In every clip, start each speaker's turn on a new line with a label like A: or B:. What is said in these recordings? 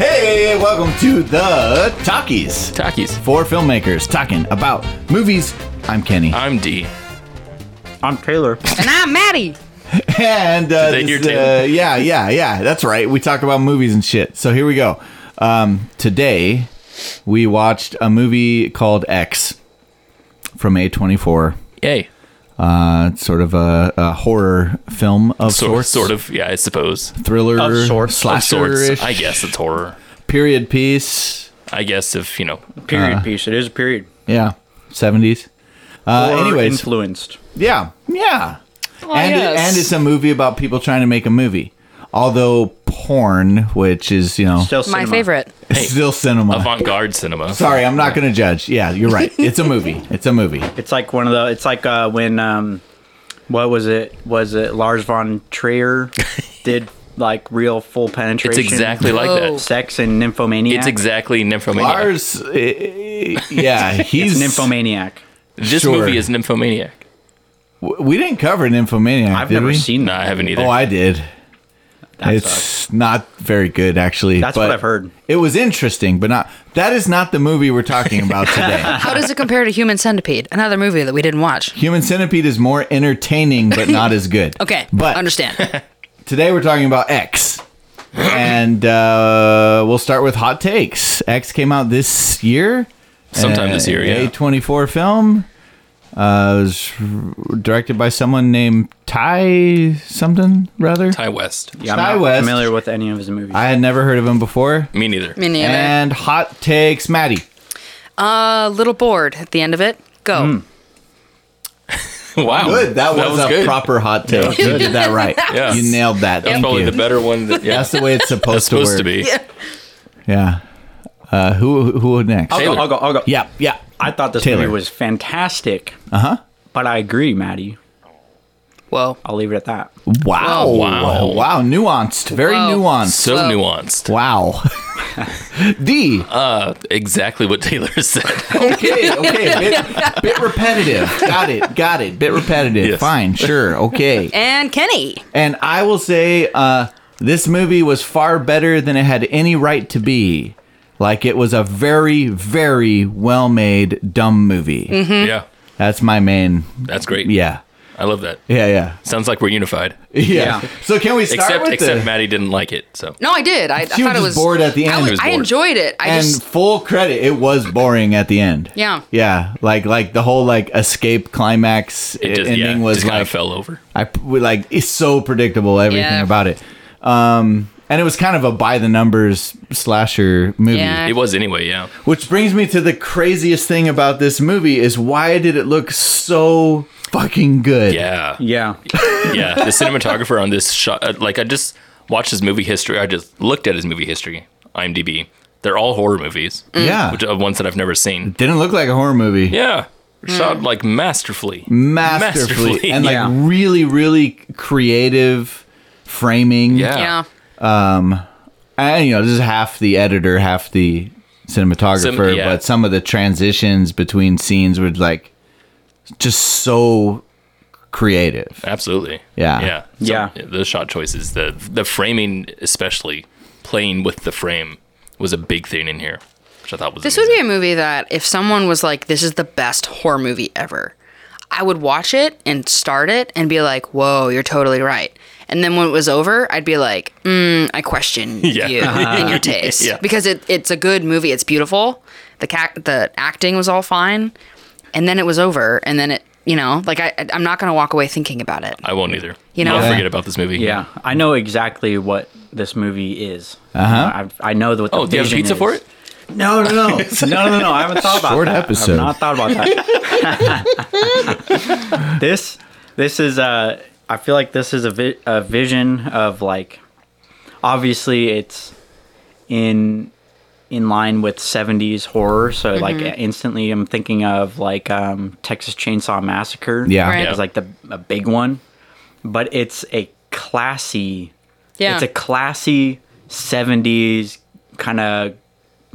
A: Hey, welcome to the Talkies.
B: Takis.
A: Four filmmakers talking about movies. I'm Kenny.
B: I'm D.
C: I'm Taylor.
D: And I'm Maddie.
A: and uh,
B: Did they hear
A: this,
B: Taylor?
A: uh, yeah, yeah, yeah. That's right. We talk about movies and shit. So here we go. Um, today we watched a movie called X from A24.
B: Yay.
A: Uh, it's sort of a, a horror film of
B: Sort,
A: sorts,
B: sort of, yeah, I suppose.
A: thriller,
C: Of sorts. Of
B: Of
A: slasher,
B: I guess it's horror.
A: period piece.
B: I guess if, you know,
C: Period piece. It is a period.
A: Yeah, seventies. Uh,
C: Or
A: anyways,
C: influenced.
A: yeah, yeah. and,
D: Oh, yes.
A: and it's a movie about people trying to make a movie. Although porn, which is you know
C: Still
D: My
C: cinema.
D: favorite.
A: still cinema.
B: avant garde cinema.
A: Sorry, I'm not going to judge. Yeah, you're right. It's a movie. It's a movie.
C: It's like one of the. It's like uh, when um, what was it? Was it Lars von Trier did like real full
B: It's
C: penetration?
B: exactly like
D: Whoa.
B: that.
C: sex and nymphomaniac.
B: It's exactly Nymphomaniac.
A: Lars, eh, yeah, he's
C: nymphomaniac.
B: this
A: sure.
B: movie is Nymphomaniac.
A: w- We didn't cover Nymphomaniac.
C: I've
A: did
C: never
A: we?
C: seen
B: No,
C: that.
B: I haven't either.
A: Oh, I e- did.
C: That
A: it's
C: sucks.
A: not very good, actually.
C: That's what
A: but
C: I've heard.
A: It was interesting, but not. That is not the movie we're talking about today.
D: How does it compare to Human Centipede? Another movie that we didn't watch.
A: Human Centipede is more entertaining, but not as good.
D: Okay,
A: but
D: understand.
A: Today we're talking about X. And uh, we'll start with hot takes. X came out this year.
B: Sometime this year, yeah.
A: A24 film. Uh, it was r- directed by someone named Ty something, rather.
B: Ty West.
C: Yeah,
A: Ty
C: I'm not
A: West.
C: familiar with any of his movies.
A: I had never heard of him before.
B: Me neither.
D: Me neither.
A: And hot takes, Maddie.
D: A little bored at the end of it. Go.
A: Hmm,
B: wow.
A: Good. That was, a proper hot take. You did that right.
B: Yeah.
A: You nailed that.
B: That's
A: Thank
B: probably
A: you.
B: the better one. That, yeah,
A: That's the way it's supposed,
B: that's supposed to
A: work.
B: be.
A: Yeah. Uh, who who next?
C: I'll go. I'll go. I'll go.
A: Yeah, yeah.
C: I thought this
A: Taylor. Uh-huh.
C: movie was fantastic. Uh huh. But I agree, Maddie.
D: Whoa.
C: I'll leave it at that.
A: Wow.
B: Oh,
D: Whoa.
A: Wow. Wow. Nuanced. Very
D: Whoa.
A: nuanced.
B: So
D: Well-
B: nuanced.
A: Wow. D.
B: Uh, exactly what Taylor said.
A: Okay. Okay. Bit, bit repetitive. Got it. Got it. Bit repetitive.
B: Yes.
A: Fine. Sure. Okay.
D: And Kenny.
A: And I will say uh, this movie was far better than it had any right to be. Like it was a very, very well made dumb movie.
B: yeah.
A: That's my main.
B: Mm-hmm. That's great.
A: Yeah.
B: I love that.
A: Yeah. Yeah.
B: Sounds like we're unified.
A: Yeah.
C: Yeah.
A: So can we start
B: Except
A: with
B: except
A: the,
B: Maddie didn't like it. So
D: No, I did. I, I
A: She was
D: thought it
A: just
D: was
A: bored at the end.
D: I,
A: She
D: was,
B: was
D: I
B: bored.
D: enjoyed it. I
A: and
D: just
A: full credit, it was boring at the end.
D: Yeah.
A: yeah, like like the whole like escape climax
B: it just,
A: ending
B: yeah,
A: was
B: just kind
A: like
B: of fell over.
A: I we, like it's so predictable everything
D: Yeah.
A: about it. Um, and it was kind of a by the numbers slasher movie.
D: Yeah.
B: It was anyway, yeah.
A: Which brings me to the craziest thing about this movie is why did it look so fucking good?
B: Yeah.
C: Yeah.
B: Yeah. The cinematographer on this shot, uh, like, I just watched his movie history. I just looked at his movie history, IMDb. They're all horror movies.
A: Yeah.
B: Which are ones that I've never seen.
A: Didn't look like a horror movie.
B: Yeah.
D: Mm.
B: Shot, like, masterfully.
A: Masterfully, and like
C: yeah.
A: really, really creative framing.
B: yeah.
D: yeah.
A: and you know this is half the editor half the cinematographer
B: Some- yeah.
A: but some of the transitions between scenes were like just so creative
B: Absolutely.
A: Yeah.
B: Yeah.
C: Yeah.
B: Those shot choices, the, the framing, especially playing with the frame, was a big thing in here, which I thought was
D: This would be a movie that if someone was like, "This is the best horror movie ever," I would watch it and start it and be like, "Whoa, you're totally right." And then when it was over, I'd be like, mm, "I question
B: Yeah.
D: you and your taste
B: Yeah.
D: because it, it's a good movie. It's beautiful. The ca- the acting was all fine, and then it was over, and then it." You know, like I, I'm not gonna walk away thinking about it.
B: I won't either.
D: You know?
B: I'll
D: Yeah.
B: forget about this movie.
C: Yeah, I know exactly what this movie is. Uh-huh. I, I know what the
B: Oh, do you have
C: vision
B: pizza
C: is.
B: for it?
C: No, no, no, no, no, no. I haven't thought about
A: Short
C: that.
A: episode.
C: I've not thought about that. this, this is. Uh, I feel like this is a, vi- a vision of like. Obviously, it's in in line with '70s horror, so like instantly, I'm thinking of like um, Texas Chainsaw Massacre.
A: yeah
D: Right.
B: Yeah.
C: It's like the a big one, but it's a classy.
D: Yeah.
C: It's a classy '70s kind of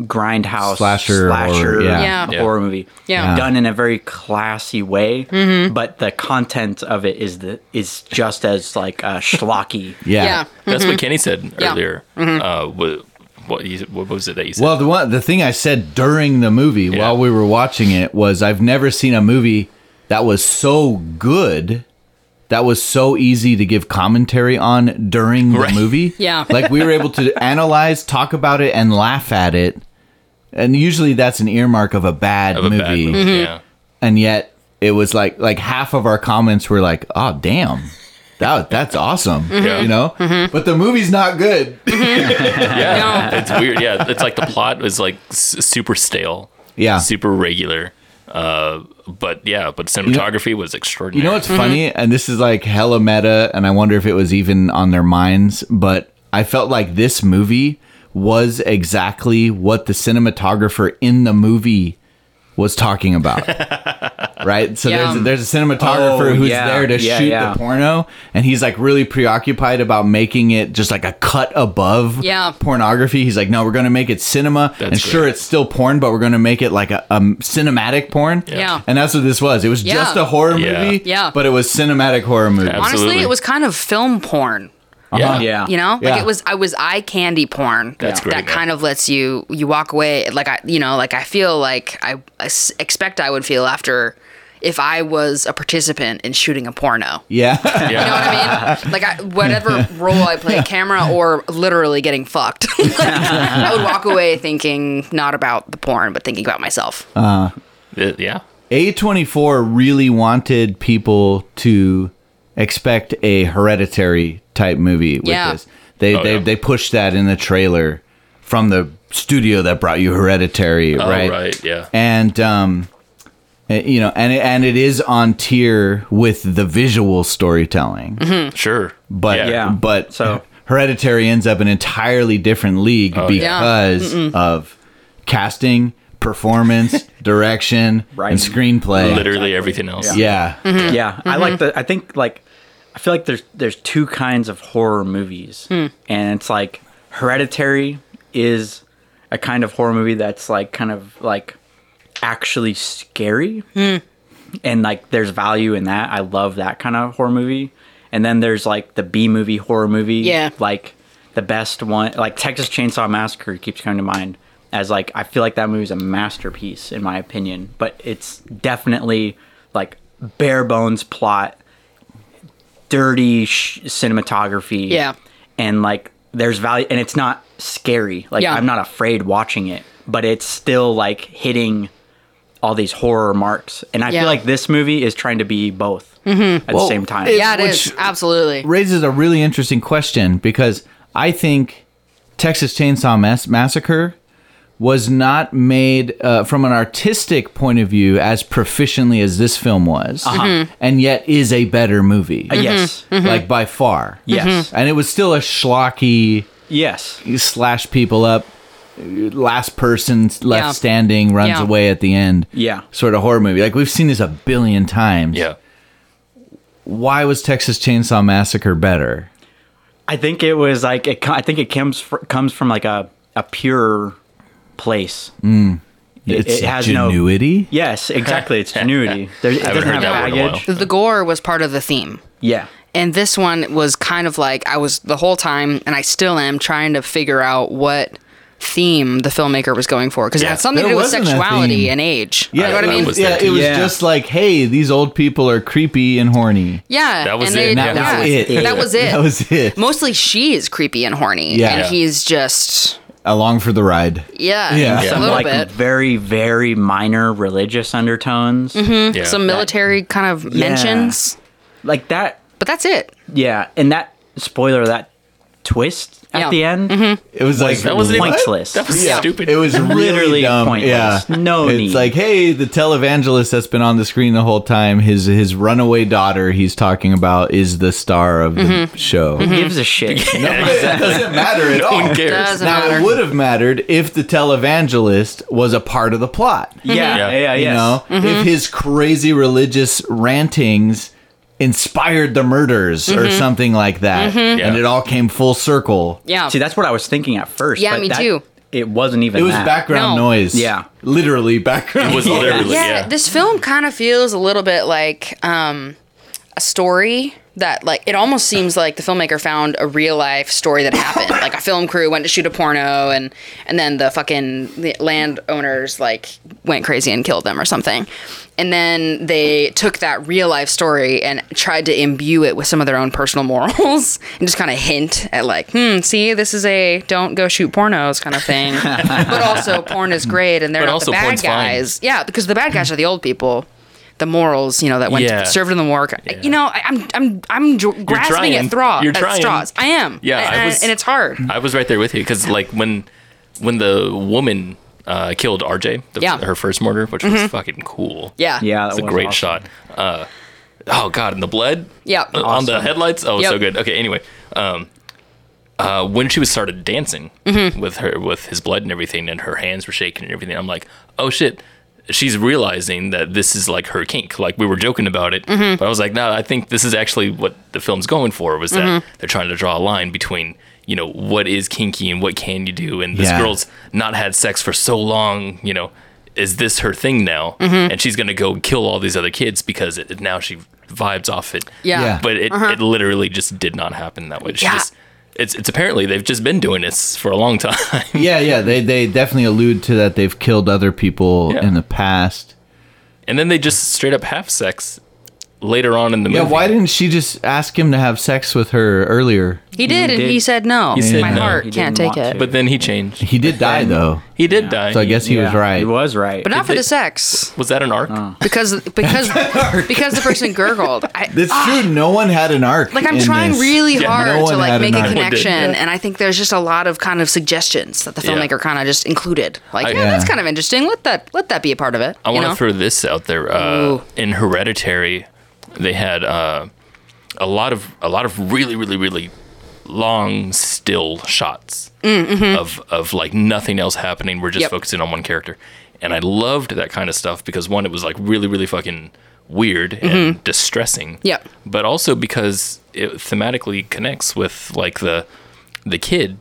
C: grindhouse
A: Slasher horror, yeah.
D: Yeah.
B: Yeah.
C: horror movie.
D: Yeah. Mm-hmm. Yeah.
C: done in a very classy way, but the content of it is the is just as like uh, schlocky.
A: yeah
D: yeah.
B: That's what Kenny said
D: Mm-hmm. Yeah. Mm-hmm.
B: earlier. Uh, wa- What, you, what was it that you said?
A: Well, the one the thing I said during the movie while we were watching it was I've never seen a movie that was so good that was so easy to give commentary on during the
B: Right.
A: movie.
D: Yeah.
A: Like we were able to analyze, talk about it and laugh at it. And usually that's an earmark of a bad
B: of a
A: movie.
B: bad movie.
D: Mm-hmm.
B: Yeah.
A: And yet it was like like half of our comments were like, "Oh, damn." That, that's awesome,
B: Yeah.
A: you know. But the movie's not good.
B: Yeah, it's weird. Yeah, it's like the plot was like s- super stale.
A: Yeah.
B: super regular. Uh, but yeah, but cinematography was extraordinary.
A: You know what's funny?
C: Mm-hmm.
A: And this is like hella meta, and I wonder if it was even on their minds, but I felt like this movie was exactly what the cinematographer in the movie was talking about. right? So
D: Yeah.
A: there's, there's a cinematographer
C: Oh,
A: who's
C: yeah.
A: there to
C: Yeah,
A: shoot
C: yeah.
A: the porno, and he's like really preoccupied about making it just like a cut above
D: Yeah.
A: pornography. He's like, no, we're going to make it cinema. and
B: great.
A: sure, it's still porn, but we're going to make it like a, a cinematic porn.
D: Yeah.
A: And that's what this was. It was
D: Yeah.
A: just a horror
B: Yeah.
A: movie,
D: Yeah.
A: but it was cinematic horror movie.
B: Absolutely.
D: Honestly, it was kind of film porn.
A: Uh-huh.
B: Yeah.
C: Yeah.
D: You know, like
A: Yeah.
D: it was I was eye candy porn.
B: That's great,
D: That
B: man.
D: kind of lets you you walk away like I you know like I feel like I, I s- expect I would feel after if I was a participant in shooting a porno.
A: Yeah.
D: You know what I mean? Like I, whatever role I play, camera or literally getting fucked, Like, I would walk away thinking not about the porn, but thinking about myself.
B: It- yeah.
A: A24 really wanted people to expect a hereditary type movie with
D: Yeah.
A: this. They
B: Oh,
A: they
B: yeah.
A: they pushed that in the trailer from the studio that brought you hereditary,
B: Oh,
A: right?
B: right. Yeah.
A: And um eh, you know, and it, and it is on tier with the visual storytelling.
B: sure.
A: but
B: yeah.
C: Yeah.
A: but
C: So-
A: hereditary ends up an entirely different league
B: Oh,
D: yeah.
A: because of casting performance direction
C: Writing.
A: and screenplay
B: literally everything else.
A: yeah
C: Yeah,
D: Mm-hmm.
C: I like the. I think like, I feel like there's there's two kinds of horror movies, and it's like Hereditary is a kind of horror movie that's like kind of like actually scary, and like there's value in that. I love that kind of horror movie, and then there's like the B movie horror movie,
D: Yeah.
C: like the best one, like Texas Chainsaw Massacre keeps coming to mind as like I feel like that movie is a masterpiece in my opinion, but it's definitely like bare bones plot, dirty sh- cinematography,
D: Yeah.
C: and like there's value, and it's not scary. Like
D: Yeah.
C: I'm not afraid watching it, but it's still like hitting all these horror marks, and I
D: Yeah.
C: feel like this movie is trying to be both at the same time.
D: yeah, it is
A: Which-
D: absolutely.
A: raises a really interesting question because i think texas chainsaw Mass- massacre was not made uh, from an artistic point of view as proficiently as this film was and yet is a better movie
D: Mm-hmm.
C: Yes.
A: like by far
C: Uh, Yes.
A: and it was still a schlocky
C: Yes.
A: you slash people up last person left
D: Yeah.
A: standing runs
D: Yeah.
A: away at the end
C: Yeah.
A: sort of horror movie like we've seen this a billion times
B: Yeah.
A: why was texas chainsaw massacre better
C: I think it was like it, co- I think it comes fr- comes from like a a pure place. It- it has no-
A: genuity
C: Yes, exactly. It's genuity. There, it doesn't
B: heard
C: have
B: that word in a
C: baggage.
D: The gore was part of the theme.
C: Yeah.
D: And this one was kind of like I was the whole time, and I still am trying to figure out what theme the filmmaker was going for because it
B: Yeah,
D: had something to
A: there
D: do with
A: wasn't a
D: sexuality
A: theme.
D: and age.
A: yeah,
D: you know what
B: that
D: I mean?
B: was
A: yeah,
B: there
A: it was
C: Yeah.
A: just like, hey, these old people are creepy and horny.
D: yeah,
B: That was
D: and
B: it.
D: they-
B: That
D: yeah.
A: was it.
D: That was it.
A: That was it.
D: Mostly she is creepy and horny,
A: Yeah.
D: and
A: Yeah.
D: he's just
A: Along for the ride.
D: yeah,
A: Yeah.
D: just
B: Yeah.
D: a little
C: like
D: bit.
C: very very minor religious undertones.
D: Mm-hmm.
B: Yeah.
D: Some military kind of mentions,
C: Like that.
D: but that's it.
C: Yeah, and that spoiler that twist at
D: Yeah. Mm-hmm.
C: the end
A: It was like
B: that wasn't even-
C: pointless.
B: That was
A: Yeah.
B: stupid.
A: It was really
C: Literally
A: dumb.
C: pointless.
A: Yeah,
C: No
A: It's
C: need.
A: like, hey, the televangelist that's been on the screen the whole time, his his runaway daughter, he's talking about, is the star of the show.
C: Who gives a shit.
A: It doesn't matter at all.
B: Who cares?
D: Does- Doesn't
A: now
D: matter.
A: it would have mattered if the televangelist was a part of the plot.
C: Yeah, yeah, yeah.
A: You
C: yes.
A: know, if his crazy religious rantings inspired the murders or something like that, and
B: Yeah.
A: it all came full circle.
D: Yeah,
C: See, that's what I was thinking at first.
D: Yeah,
C: but
D: me
C: that-
D: too.
C: It wasn't even.
A: It was
C: that.
A: background
D: No.
A: noise.
C: Yeah.
A: literally background.
B: It was
A: noise.
B: literally
D: yeah,
B: yeah.
D: This film kind of feels a little bit like um, a story that like it almost seems like the filmmaker found a real life story that happened. like a film crew went to shoot a porno and and then the fucking the landowners like went crazy and killed them or something. And then they took that real life story and tried to imbue it with some of their own personal morals and just kind of hint at like, hmm, see, this is a don't go shoot pornos kind of thing. but also porn is great and they're
B: But
D: not
B: also
D: the bad
B: porn's fine.
D: guys. Yeah, because the bad guys are the old people. The morals, you know, that went
B: Yeah.
D: served in the war. You know, I, I'm I'm I'm dr- grasping
B: trying.
D: at, thra-
B: You're
D: at
B: trying.
D: straws. I am.
B: Yeah,
D: and,
B: I
D: and-
B: was-
D: and it's hard.
B: I was right there with you because like when when the woman uh, killed RJ, the,
D: Yeah. Mm-hmm.
B: her first murder, which was fucking cool.
D: Yeah.
C: Yeah,
B: it's
C: that
B: a
C: was
B: great
C: awesome.
B: shot. Uh, oh god, and the blood.
D: Yeah.
B: Uh, on the headlights. Oh,
D: Yep.
B: so good. Okay, anyway, um, uh, when she was started dancing with her with his blood and everything, and her hands were shaking and everything, I'm like, oh shit. She's realizing that this is like her kink. Like we were joking about it, but I was like, no, I think this is actually what the film's going for. Was that they're trying to draw a line between you know what is kinky and what can you do, and this
A: Yeah.
B: girl's not had sex for so long, you know, is this her thing now? And she's gonna go kill all these other kids because it, now she vibes off it
D: Yeah.
A: Yeah.
B: but it, it literally just did not happen that way. She
D: Yeah.
B: just it's it's apparently they've just been doing this for a long time.
A: Yeah, yeah. They they definitely allude to that they've killed other people
B: Yeah.
A: in the past.
B: and then they just straight up have sex later on in the
A: Yeah,
B: movie.
A: why didn't she just ask him to have sex with her earlier?
D: He did, and
C: did.
D: he said no.
B: said
D: My
B: no.
D: heart
C: He
D: can't
C: didn't
D: take
C: want
D: it.
C: to.
B: But then he changed.
A: He did die though.
B: He did die.
A: So I guess he was
C: Yeah,
A: right.
C: He was right.
D: But not for the sex,
B: was that an arc?
D: because because because the person gurgled. I,
A: It's true. No one had an arc.
D: Ah. like I'm
A: in
D: trying
A: this.
D: really
B: Yeah,
D: hard
A: no
D: to
A: one
D: like
A: had
D: make
A: an
D: a
A: idea.
D: connection,
B: Yeah.
D: and I think there's just a lot of kind of suggestions that the
B: Yeah.
D: filmmaker kind of just included. Like,
B: I-
D: yeah, that's
A: Yeah.
D: kind of interesting. Let that let that be a part of it.
B: I
D: you
B: want to
D: know?
B: throw this out there. Uh,
D: Ooh.
B: in Hereditary, they had uh, a lot of a lot of really really really long still shots of of like nothing else happening. We're just
D: Mm, mm-hmm. Yep.
B: focusing on one character, and I loved that kind of stuff because one, it was like really really fucking weird and distressing.
D: Mm-hmm. Yep.
B: But also because it thematically connects with like the the kid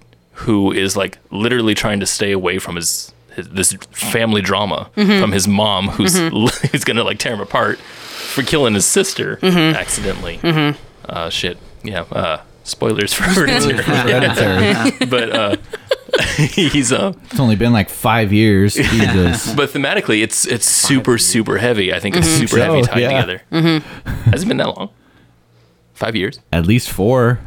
B: who is like literally trying to stay away from his, his this family drama
D: Mm-hmm.
B: from his mom who's who's gonna like tear him apart for killing his sister
D: Mm-hmm.
B: accidentally. Uh, shit. Yeah. Uh, spoilers for Hereditary.
A: Hereditary.
B: but uh, he's uh,
A: it's only been like five years. Jesus.
B: but thematically it's it's super super heavy. I think it's
D: Mm-hmm.
B: super
A: so,
B: heavy tied
A: yeah.
B: together. Has it been that long? Five years.
A: At least four.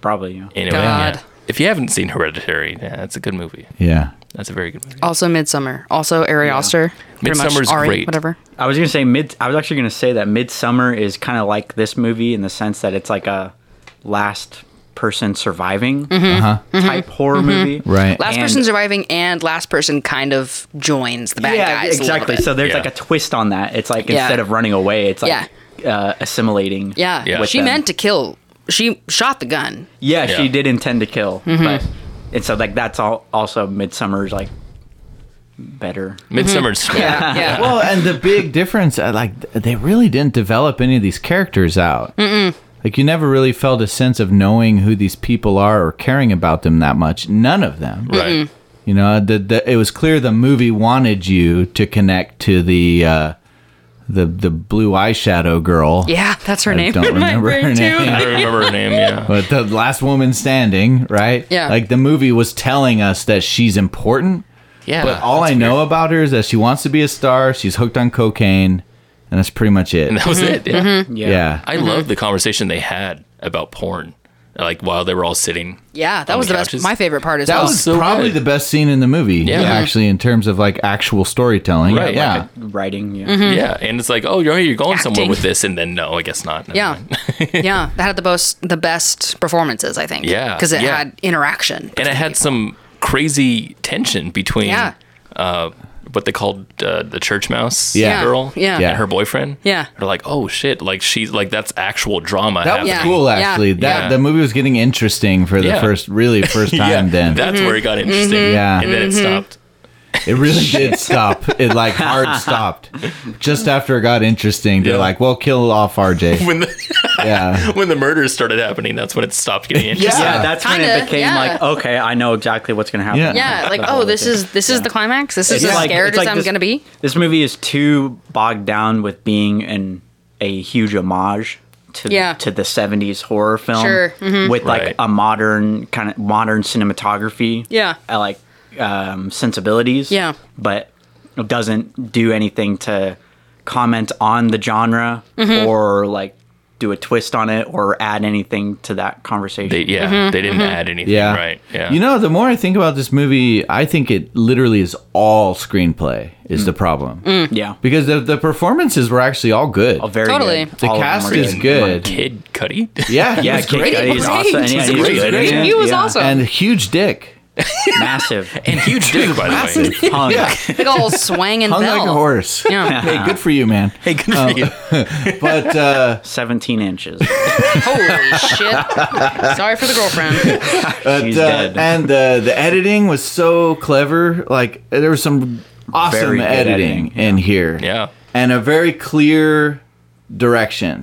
C: Probably. Yeah.
B: Anyway,
D: God.
B: yeah. if you haven't seen Hereditary, yeah, that's a good movie.
A: Yeah.
B: That's a very good movie.
D: Also, Midsummer. Also, Ari Aster. Pretty much
B: Midsummer's
D: Ari,
B: great.
D: Whatever.
C: I was gonna say mid. I was actually gonna say that Midsummer is kind of like this movie in the sense that it's like a last person surviving
D: Mm-hmm.
C: type horror movie.
A: Uh-huh. Right.
D: Last
C: And-
D: person surviving and last person kind of joins the bad
C: yeah,
D: guys. a little
C: exactly.
D: bit.
C: So there's
B: Yeah.
C: like a twist on that. It's like
D: Yeah.
C: instead of running away, it's like uh, assimilating.
D: yeah,
B: Yeah.
D: she
C: them.
D: meant to kill. She shot the gun.
C: Yeah,
B: Yeah.
C: she did intend to kill,
D: Mm-hmm.
C: but and so like that's all. Also, Midsummer's like better.
B: Midsummer's
D: Mm-hmm. Yeah, yeah.
A: Well, and the big difference, uh, like th- they really didn't develop any of these characters out. Like you never really felt a sense of knowing who these people are or caring about them that much. None of them.
B: Right.
D: Mm-hmm.
A: You know, the, the, it was clear the movie wanted you to connect to the uh, the the blue eyeshadow girl.
D: yeah, that's her
A: I
D: name.
A: don't
D: in my
A: remember
D: brain,
A: her
D: too.
A: name.
B: I don't remember her name. Yeah.
A: But the last woman standing, right?
D: Yeah.
A: Like the movie was telling us that she's important.
B: Yeah.
A: But all I know about her is that she wants to be a star. She's hooked on cocaine, and that's pretty much it.
B: that was it. Yeah.
D: Mm-hmm.
A: yeah.
B: I
A: Mm-hmm.
B: love the conversation they had about porn, like while they were all sitting.
D: Yeah, that
B: On
D: was
B: the
D: the
B: couches.
D: best. My favorite part as
A: that
D: well.
A: was
B: so
A: probably
B: good.
A: the best scene in the movie,
B: Yeah.
A: actually, in terms of like actual storytelling.
B: Right,
A: Yeah.
B: like
C: Writing, yeah.
D: Mm-hmm.
B: Yeah, and it's like, oh, you're you're going somewhere
D: Acting.
B: with this, and then no, I guess not. Never
D: yeah,
B: mind.
D: yeah. That had the most the best performances, I think.
B: Yeah,
D: because it
B: yeah.
D: had interaction.
B: and it had some crazy tension between
D: Yeah.
B: uh, what they called uh, the church mouse
A: Yeah.
B: girl
D: Yeah.
A: Yeah.
B: and her boyfriend.
D: Yeah.
B: They're like, oh shit, like she's like that's actual drama
A: that was
B: happening.
D: Yeah.
A: cool,
D: Yeah.
A: actually. That
B: Yeah.
A: the movie was getting interesting for the
B: Yeah.
A: first, really first time.
B: Yeah,
A: then Mm-hmm.
B: that's where it got
D: Mm-hmm.
B: interesting.
A: Yeah.
B: and then it stopped.
A: it really did stop. It like hard stopped just after it got interesting. They're
B: Yeah.
A: like, "Well, kill off RJ."
B: When the
A: yeah,
B: when the murders started happening, that's when it stopped getting interesting.
A: Yeah.
C: Yeah, that's when
D: Kinda,
C: it became
D: yeah.
C: like, okay, I know exactly what's gonna happen.
A: Yeah.
D: Yeah, like
C: The whole
D: oh, this
C: thing.
D: is this is the climax. This
C: It's
D: is as
C: like-
D: scared
C: it's
D: as
C: like
D: I'm
C: this-
D: gonna be.
C: This movie is too bogged down with being an a huge homage to
D: Yeah.
C: to the 70s horror film
D: Sure, Mm-hmm.
C: with like
B: Right.
C: a modern kind of modern cinematography.
D: Yeah.
C: I like um, sensibilities.
D: Yeah.
C: But it doesn't do anything to comment on the genre
D: Mm-hmm.
C: or like do a twist on it or add anything to that conversation.
B: They, yeah,
D: Mm-hmm.
B: they didn't add anything.
A: Yeah.
B: Right. Yeah.
A: You know, the more I think about this movie, I think it literally is all screenplay
B: Mm.
A: is the problem.
C: yeah.
A: Because the, the performances were actually all good.
C: Oh, very
D: Totally.
C: good.
A: The
C: All of them
A: cast
C: were
A: is good.
B: Kid Cuddy.
A: Yeah,
C: Yeah,
A: he's
C: Kid
A: great.
C: Cudi's
D: Great.
C: awesome. And yeah,
B: He's
C: he's
B: great.
C: good.
B: Great.
C: Yeah.
D: He was
C: Yeah.
D: awesome.
A: And huge dick.
C: Massive.
B: and huge dick, by the way.
C: Hung.
A: Yeah.
D: Big old swang and
A: Hung
D: bell.
A: like a horse.
D: Yeah.
A: Hey, good for you, man.
B: Hey, good for you.
A: But uh,
C: 17 inches.
D: Holy shit. Sorry for the girlfriend.
C: He's
A: uh,
C: dead.
A: and the the editing was so clever. Like there was some
C: Very
A: awesome
C: good
A: editing,
C: editing,
A: in here.
B: Yeah.
A: and a very clear direction.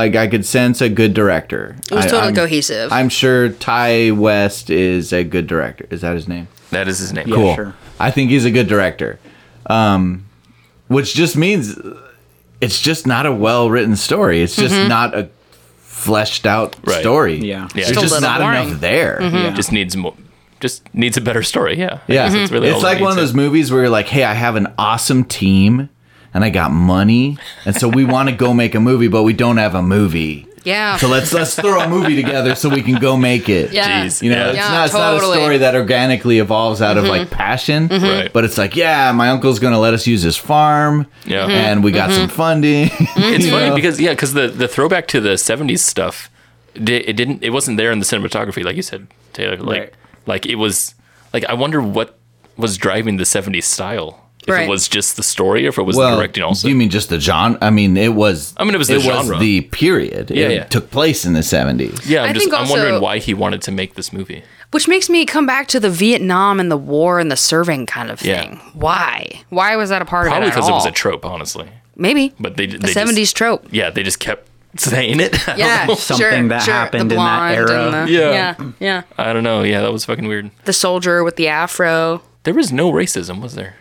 A: Like I could sense a good director.
D: Mm-hmm. It was
A: I,
D: totally
A: I'm-
D: cohesive.
A: I'm sure Ty West is a good director. Is that his name?
B: That is his name.
C: Yeah.
A: cool.
C: sure.
A: I think he's a good director. Um, which just means it's just not a well written story. It's just
D: Mm-hmm.
A: not a fleshed out
B: Right.
A: story.
B: Yeah.
C: Yeah.
A: There's
B: Just a
A: just
D: little
A: not
D: boring. Mm-hmm.
A: enough there.
C: Yeah.
B: Just needs more. Just needs a better story. Yeah. I
A: Yeah. Mm-hmm.
B: guess that's really all
A: it's
B: it
A: like one of
B: needs.
A: those movies where you're like, hey, I have an awesome team and I got money. And so we want to go make a movie, but we don't have a movie.
D: Yeah.
A: So let's let's throw a movie together so we can go make it.
D: yeah.
B: Jeez.
A: You know,
B: Yeah.
A: it's,
D: Yeah,
A: not, it's not
D: totally. Mm-hmm.
A: a story that organically evolves out of like passion,
B: Right.
A: but it's like, yeah, my uncle's going to let us use his farm,
D: Mm-hmm.
B: Yeah. Mhm.
A: and we got some funding.
B: It's
A: you
B: funny
A: know?
B: because yeah, because the the throwback to the '70s stuff, di- it didn't, it wasn't there in the cinematography, like you said, Taylor. Like,
C: Right.
B: like it was, like I wonder what was driving the '70s style. If
D: Right.
B: it was just the story, or if it was
A: well,
B: the directing also.
A: you mean just the genre? I mean, it was.
B: I mean, it was the genre.
A: the period.
B: Yeah,
A: it
B: yeah.
A: took place in the seventies.
B: yeah, I'm
D: I
B: just,
D: think
B: I'm wondering
D: also-
B: why he wanted to make this movie.
D: Which makes me come back to the Vietnam and the war and the serving kind of
B: Yeah.
D: thing. Why? Why was that a part
B: Probably
D: of it? at
B: because it was
D: all?
B: a trope, honestly.
D: Maybe.
B: But they,
D: the
B: they
D: 70s
B: Just,
D: trope.
B: yeah, they just kept saying it. I don't
D: Yeah.
B: know.
C: Something
D: sure,
C: that
D: sure.
C: happened
D: the
C: in that
D: blonde
C: era.
D: and the-
B: Yeah.
D: Yeah. Yeah.
B: I don't know. Yeah, that was fucking weird.
D: The soldier with the afro.
B: There was no racism, was there?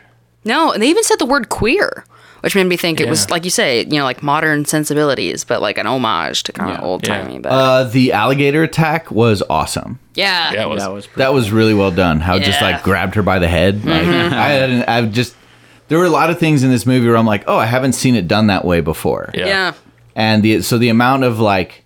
D: No, and they even said the word queer, which made me think it was
B: Yeah.
D: like you say, you know, like modern sensibilities, but like an homage to kind of old timey. But
A: Uh, the alligator attack was awesome.
D: yeah,
B: Yeah, it was.
C: That was pretty
A: That was really well done. How it just
D: Yeah. Mm-hmm.
A: like grabbed her by the head. Like, I hadn't, I've just there were a lot of things in this movie where I'm like, oh, I haven't seen it done that way before.
B: Yeah.
D: yeah,
A: And the so the amount of like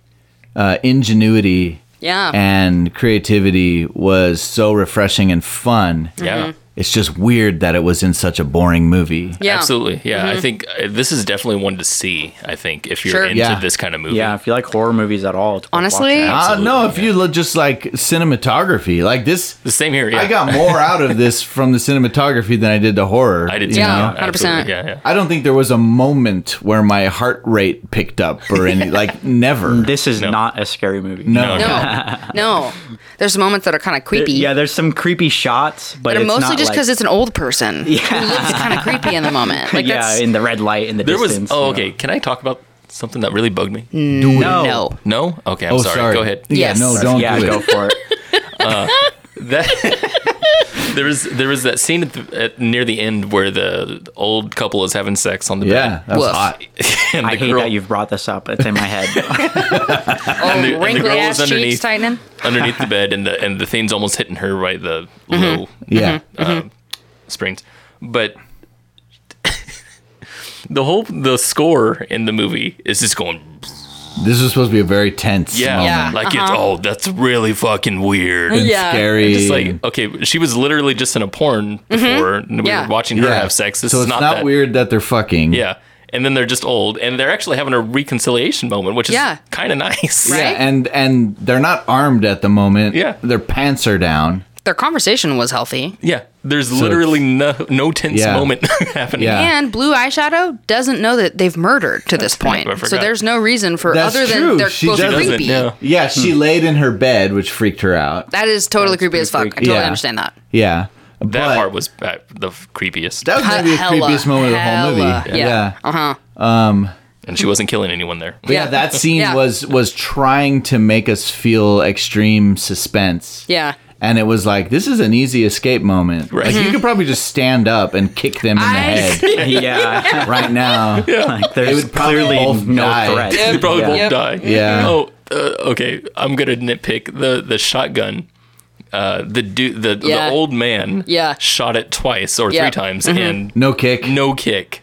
A: uh, ingenuity
D: yeah.
A: and creativity was so refreshing and fun.
B: Yeah.
A: It's just weird that it was in such a boring movie.
D: Mm-hmm. Yeah. Mm-hmm.
B: Absolutely. Yeah. I think uh, this is definitely one to see, I think, if you're
D: Sure.
B: into
A: Yeah.
B: this kind of movie.
C: Yeah, if you like horror movies at all, it's worth
D: Honestly,
C: watching.
A: Uh,
B: Absolutely,
A: no, if you look just like cinematography, like this,
B: The same here. Yeah.
A: I got more out of this from the cinematography than I did the horror.
B: I did
A: you
B: too.
D: Yeah,
A: know?
D: 100%.
B: absolutely. Yeah. Yeah.
A: I don't think there was a moment where my heart rate picked up or any like never.
C: this is not a scary movie.
A: no.
D: no, no. There's moments that are kind of creepy.
C: Yeah, there's some creepy shots, but
D: But
C: it's
D: mostly
C: not
D: just
C: like-
D: because it's an old person who looks kind of creepy in the moment. Like
C: yeah,
D: that's
C: in the red light in the
B: There was.
C: distance.
B: Oh,
C: you know.
B: okay. Can I talk about something that really bugged me?
D: no.
B: No. Okay. I'm
A: Mm. Oh,
B: sorry.
A: sorry.
B: Go ahead.
A: Yeah,
D: Yes.
A: no, don't
C: Yeah,
A: do it.
C: go for it.
B: That. there was there was that scene at the, at, near the end where the old couple is having sex on the
A: Yeah, that was
D: Woof.
A: hot.
B: bed. and the
C: I hate
B: girl
C: that you've brought this up. It's in my head.
D: Oh,
B: the- and the
D: wrinkly
B: girl was
D: ass cheeks
B: underneath.
D: tightening.
B: underneath the bed and the and the thing's almost hitting her right the low
A: Yeah.
B: um, springs. But the whole the score in the movie is just going
A: This was supposed to be a very tense
B: yeah,
A: moment.
D: Yeah,
B: like it's oh that's really fucking weird.
A: And
D: Yeah.
A: Scary.
B: Just like okay, she was literally just in a porn before, and we
D: Yeah.
B: were watching her have sex. This
A: so
B: is
A: it's
B: not,
A: not,
B: that.
A: weird that they're fucking.
B: Yeah, and then they're just old, and they're actually having a reconciliation moment, which is
D: Yeah.
B: kind of nice.
A: Yeah,
D: Right?
A: and and they're not armed at the moment.
B: Yeah.
A: their pants are down.
D: Their conversation was healthy.
B: Yeah, there's literally no no tense
A: Yeah.
B: moment happening.
A: Yeah.
D: And Blue Eyeshadow doesn't know that they've murdered to this
B: I
D: point. So
B: forgot.
D: there's no reason for
A: That's
D: other than
A: true.
D: they're
A: She
D: both
A: doesn't
D: creepy.
B: know. Hmm.
A: Yeah, she laid in her bed, which freaked her out.
D: That is totally creepy as fuck. I totally
A: Yeah.
D: understand that.
A: Yeah, that
B: That part was uh, the f- creepiest.
A: that was maybe the
D: Hella,
A: creepiest moment of the whole movie.
D: hella, yeah.
B: and she wasn't killing anyone there.
A: But yeah,
D: Yeah.
A: that scene
D: Yeah.
A: was was trying to make us feel extreme suspense.
D: Yeah.
A: and it was like this is an easy escape moment.
B: Right.
A: Like you could probably just stand up and kick them in the
D: I-
A: head
C: yeah.
A: right now.
C: like there's
A: would probably
C: clearly
A: both
C: no
A: die.
C: threat.
B: They probably
A: Yeah.
B: won't
D: Yep.
B: die.
A: Yeah.
B: Oh, uh, okay. I'm gonna nitpick the the shotgun. Uh, the dude, the,
D: Yeah.
B: the old man,
D: Yeah.
B: shot it twice or
D: Yeah. Mm-hmm.
B: three times and
A: No kick.
B: no kick,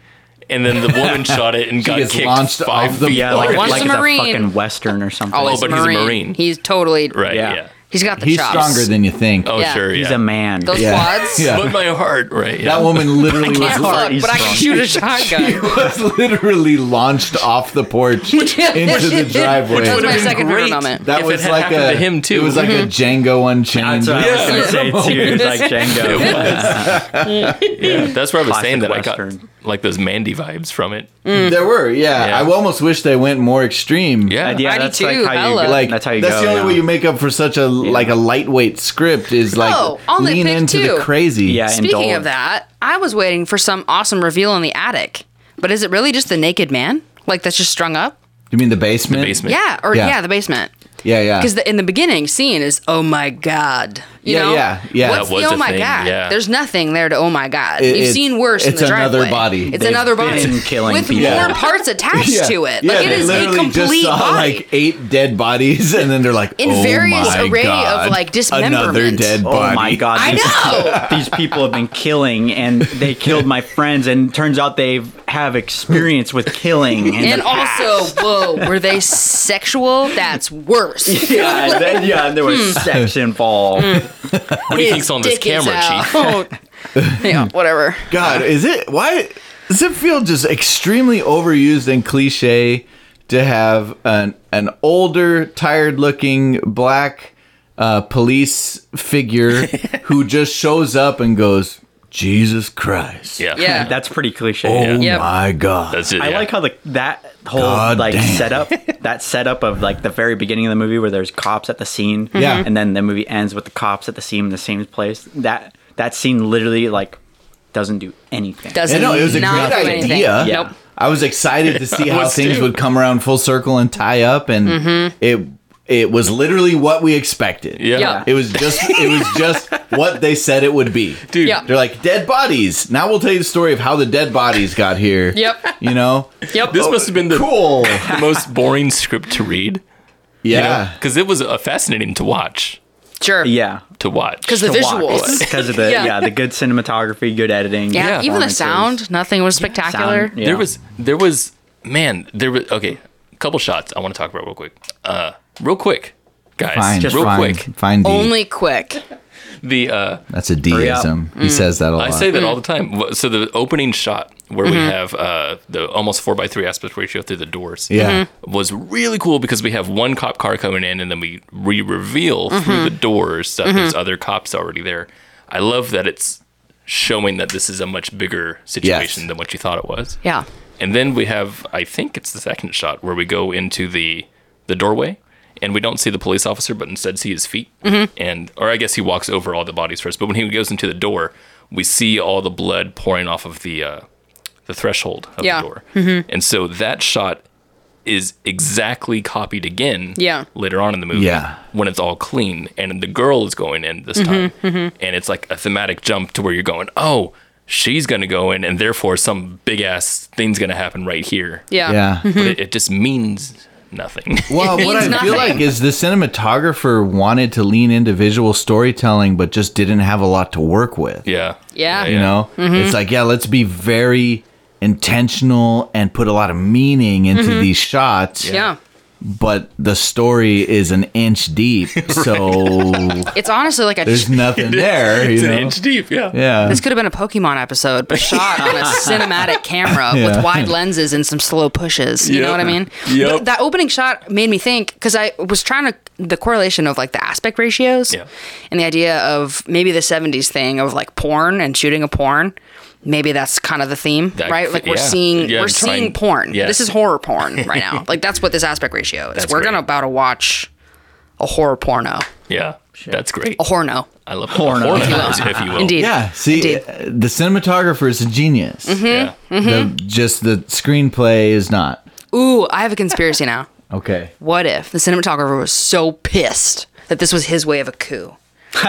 B: and then the woman shot it and got
A: gets
B: kicked
A: launched
B: five
A: off the
B: feet.
A: Yeah,
C: Yeah, like,
D: Once
C: like
D: a
C: it's a
D: Marine.
C: fucking western or something.
D: Oh,
B: Oh,
D: he's
B: but
D: a
B: he's a
D: marine.
B: Marine.
D: He's totally
B: right.
C: Yeah.
B: Yeah.
D: He's got the
A: He's
D: chops.
A: stronger than you think.
B: Oh
D: Yeah.
B: sure. Yeah.
C: He's a man.
D: Those
A: Yeah.
D: quads.
A: Yeah.
B: But my heart, right? Yeah.
A: That woman literally
D: Can't
A: was,
C: His heart
D: fuck,
C: is
D: but I can
C: strong.
D: shoot a shotgun.
A: was literally launched off the porch into the driveway.
D: That was my
B: would've been
D: second favorite
B: great.
D: moment.
A: That
B: If it
A: was
B: had
A: like
B: happened
A: a
B: to him, too.
A: It was like a Django Unchained.
C: That's what
B: Yeah.
C: I was gonna say too. It's like Django.
B: It Yeah, that's where I was
C: Classic
B: saying that I
C: Western.
B: got like those Mandy vibes from it.
D: Mm.
A: Mm. There were, yeah.
B: Yeah.
A: I almost wish they went more extreme.
B: Yeah.
C: Uh, yeah,
D: I do
C: that's like
D: too,
C: how you
D: hella.
A: Like
C: that's how you go.
A: the only
C: yeah.
A: way you make up for such a like a lightweight script is like
D: Oh, I'll
A: lean
D: nitpick,
A: into
D: too.
A: the crazy.
C: Yeah,
D: Speaking
C: indulge.
D: of that, I was waiting for some awesome reveal in the attic, but is it really just the naked man? Like that's just strung up?
A: You mean the basement?
B: basement.
D: Yeah, or
A: Yeah.
D: yeah, the basement.
A: Yeah, yeah.
D: Because in the beginning scene is oh my god, you
A: Yeah,
D: know,
A: yeah, yeah.
D: What's
B: That was
D: the oh
B: a
D: my
B: thing,
D: god?
B: yeah.
D: There's nothing there to oh my god.
A: It-
D: You've
A: it's-
D: seen worse.
A: it's
D: in the
A: another
D: driveway.
A: body.
D: It's
A: They've
D: another body
C: been killing
D: with
C: people.
D: more
A: Yeah.
D: parts attached
A: Yeah.
D: to it.
A: Yeah,
D: Like it
A: they
D: is a
A: literally
D: complete
A: just saw
D: body.
A: like eight dead bodies, and then they're like
D: In
A: "Oh
D: various
A: my
D: array of,
A: God,
D: like,
A: Another
D: dismemberment."
A: dead
C: Oh
A: body.
C: my god!
D: I
C: these-
D: know.
C: These people have been killing, and they killed my friends. And turns out they have experience with killing. Ah, in
D: and
C: the past.
D: also, whoa, were they sexual? That's worse.
C: yeah, and then, yeah, and there
D: Hmm.
C: was sex involved.
B: What do you think's on this
D: Dick is
B: camera,
D: out.
B: Chief?
D: yeah, whatever.
A: God, is it why does it feel just extremely overused and cliche to have an an older, tired looking black uh, police figure who just shows up and goes, Jesus Christ.
B: Yeah.
D: Yeah.
C: That's pretty cliche.
A: Oh
B: Yeah.
D: Yep.
A: my God.
B: That's it.
C: I
B: yeah.
C: like how the that whole
A: God
C: like
A: damn.
C: setup, that setup of like the very beginning of the movie where there's cops at the scene,
A: Yeah.
D: Mm-hmm.
C: and then the movie ends with the cops at the scene in the same place. That that scene literally like doesn't do anything.
A: Yeah,
D: Doesn't.
A: no, it was a
D: not
A: great
D: do anything.
A: idea.
C: Yeah.
D: Nope.
A: I was excited to see how
B: was
A: things
B: too.
A: would come around full circle and tie up, and
D: Mm-hmm.
A: it it was literally what we expected.
B: Yeah.
D: Yeah.
A: It was just it was just what they said it would be.
B: Dude,
D: Yeah.
A: They're like dead bodies. Now we'll tell you the story of how the dead bodies got here.
D: Yep.
A: You know?
D: Yep.
B: this must have been the,
A: Cool.
B: the most boring script to read.
A: Yeah.
B: Because it was uh, fascinating to watch.
D: sure.
C: yeah,
B: To watch.
D: Because the
C: To watch.
D: visuals.
C: because of the
D: Yeah.
C: yeah. the good cinematography, good editing,
D: Yeah,
B: Yeah.
D: even the
C: performances.
D: sound, nothing was spectacular.
C: Sound, yeah.
B: There was there was man there was okay a couple shots I want to talk about real quick. Uh, real quick, guys,
A: Fine.
B: just real
A: fine,
B: quick.
A: Fine D.
D: Only quick.
B: The uh,
A: That's a
C: up.
A: deism. He says that a lot.
B: Mm-hmm. I say that all the time. W- So the opening shot where we have uh, the almost four by three aspect ratio through the doors,
D: Mm-hmm.
A: Yeah.
B: was really cool because we have one cop car coming in and then we re reveal through the doors that there's other cops already there. I love that it's showing that this is a much bigger situation than what you thought it was.
D: Yeah.
B: And then we have, I think it's the second shot where we go into the the doorway and we don't see the police officer, but instead see his feet.
D: Mm-hmm.
B: And or I guess he walks over all the bodies first. But when he goes into the door, we see all the blood pouring off of the uh, the threshold of
D: Yeah. Mm-hmm.
B: the door. And so that shot is exactly copied again
D: Yeah.
B: later on in the movie
A: Yeah.
B: when it's all clean and the girl is going in this time
D: Mm-hmm,
B: and it's like a thematic jump to where you're going oh she's going to go in and therefore some big ass thing's going to happen right here
D: Yeah. Mm-hmm.
A: yeah.
B: but it, it just means nothing
A: Well,
D: It
A: what I
D: means
A: feel
D: nothing.
A: like is the cinematographer wanted to lean into visual storytelling, but just didn't have a lot to work with.
B: yeah
D: Yeah.
A: You know,
D: Mm-hmm.
A: it's like, yeah, let's be very intentional and put a lot of meaning into these shots.
D: Mm-hmm. Yeah.
A: But the story is an inch deep, so
D: It's honestly like a.
A: there's nothing there.
B: it's
A: you
B: an
A: know?
B: inch deep yeah
A: Yeah.
D: this could have been a Pokemon episode, but shot on a cinematic camera
A: Yeah.
D: with wide lenses and some slow pushes. You know
B: Yep.
D: what I mean?
B: Yep.
D: Th- that opening shot made me think because I was trying to the correlation of like the aspect ratios
B: Yeah.
D: and the idea of maybe the '70s thing of like porn and shooting a porn. Maybe that's kind of the theme,
B: That-
D: right? Like we're
B: yeah.
D: seeing
B: Yeah,
D: we're
B: I'm trying-
D: seeing porn.
B: yes.
D: This is horror porn right now. like that's what this aspect ratio is.
B: That's
D: we're
B: great.
D: gonna about to watch a horror porno,
B: yeah that's great
D: a horno.
B: i love
C: Porno.
B: porno if you will
D: Indeed.
A: Oh, yeah. See,
D: Indeed.
A: uh, the cinematographer is a genius.
D: Mm-hmm.
B: yeah
A: The, just the screenplay is not.
D: Ooh, I have a conspiracy now.
A: Okay.
D: What if the cinematographer was so pissed that this was his way of a coup?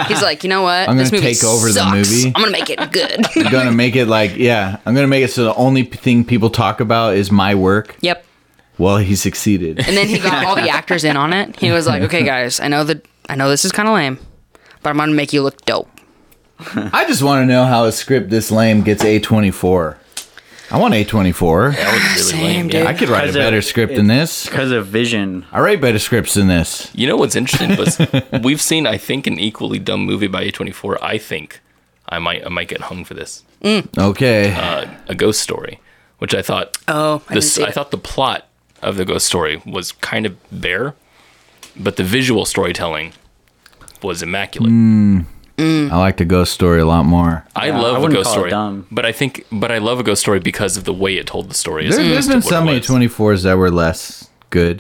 D: He's like, you know what?
A: I'm
D: this
A: gonna
D: movie
A: take over the
D: sucks.
A: movie."
D: I'm gonna make it good.
A: I'm gonna make it like yeah. I'm gonna make it so the only p- thing people talk about is my work.
D: yep.
A: Well, he succeeded.
D: And then he got all the actors in on it. He was like, okay, guys, I know that I know this is kind of lame, but I'm gonna make you look dope.
A: I just want to know how a script this lame gets A24. I want A24.
B: That was really
D: Mm-hmm. Same,
B: lame.
D: dude.
B: Yeah.
A: I could write a
C: Because uh, it-
A: better script than this.
C: because of Vision.
A: I write better scripts than this.
B: You know what's interesting was we've seen I think an equally dumb movie by A24. I think I might I might get hung for this.
A: Okay.
B: Uh, a ghost story, which I thought
D: Oh, I didn't
B: this
D: see
B: I
D: it.
B: thought the plot of the ghost story was kind of bare, but the visual storytelling was immaculate.
A: Mm, I like the ghost story a lot more.
B: I
C: Yeah, I
B: love a
C: wouldn't
B: ghost
C: call it
B: story,
C: dumb.
B: but I think but I love a ghost story because of the way it told the story. as
A: There, there's
B: opposed to
A: been
B: what it
A: some
B: was.
A: A24s that were less good.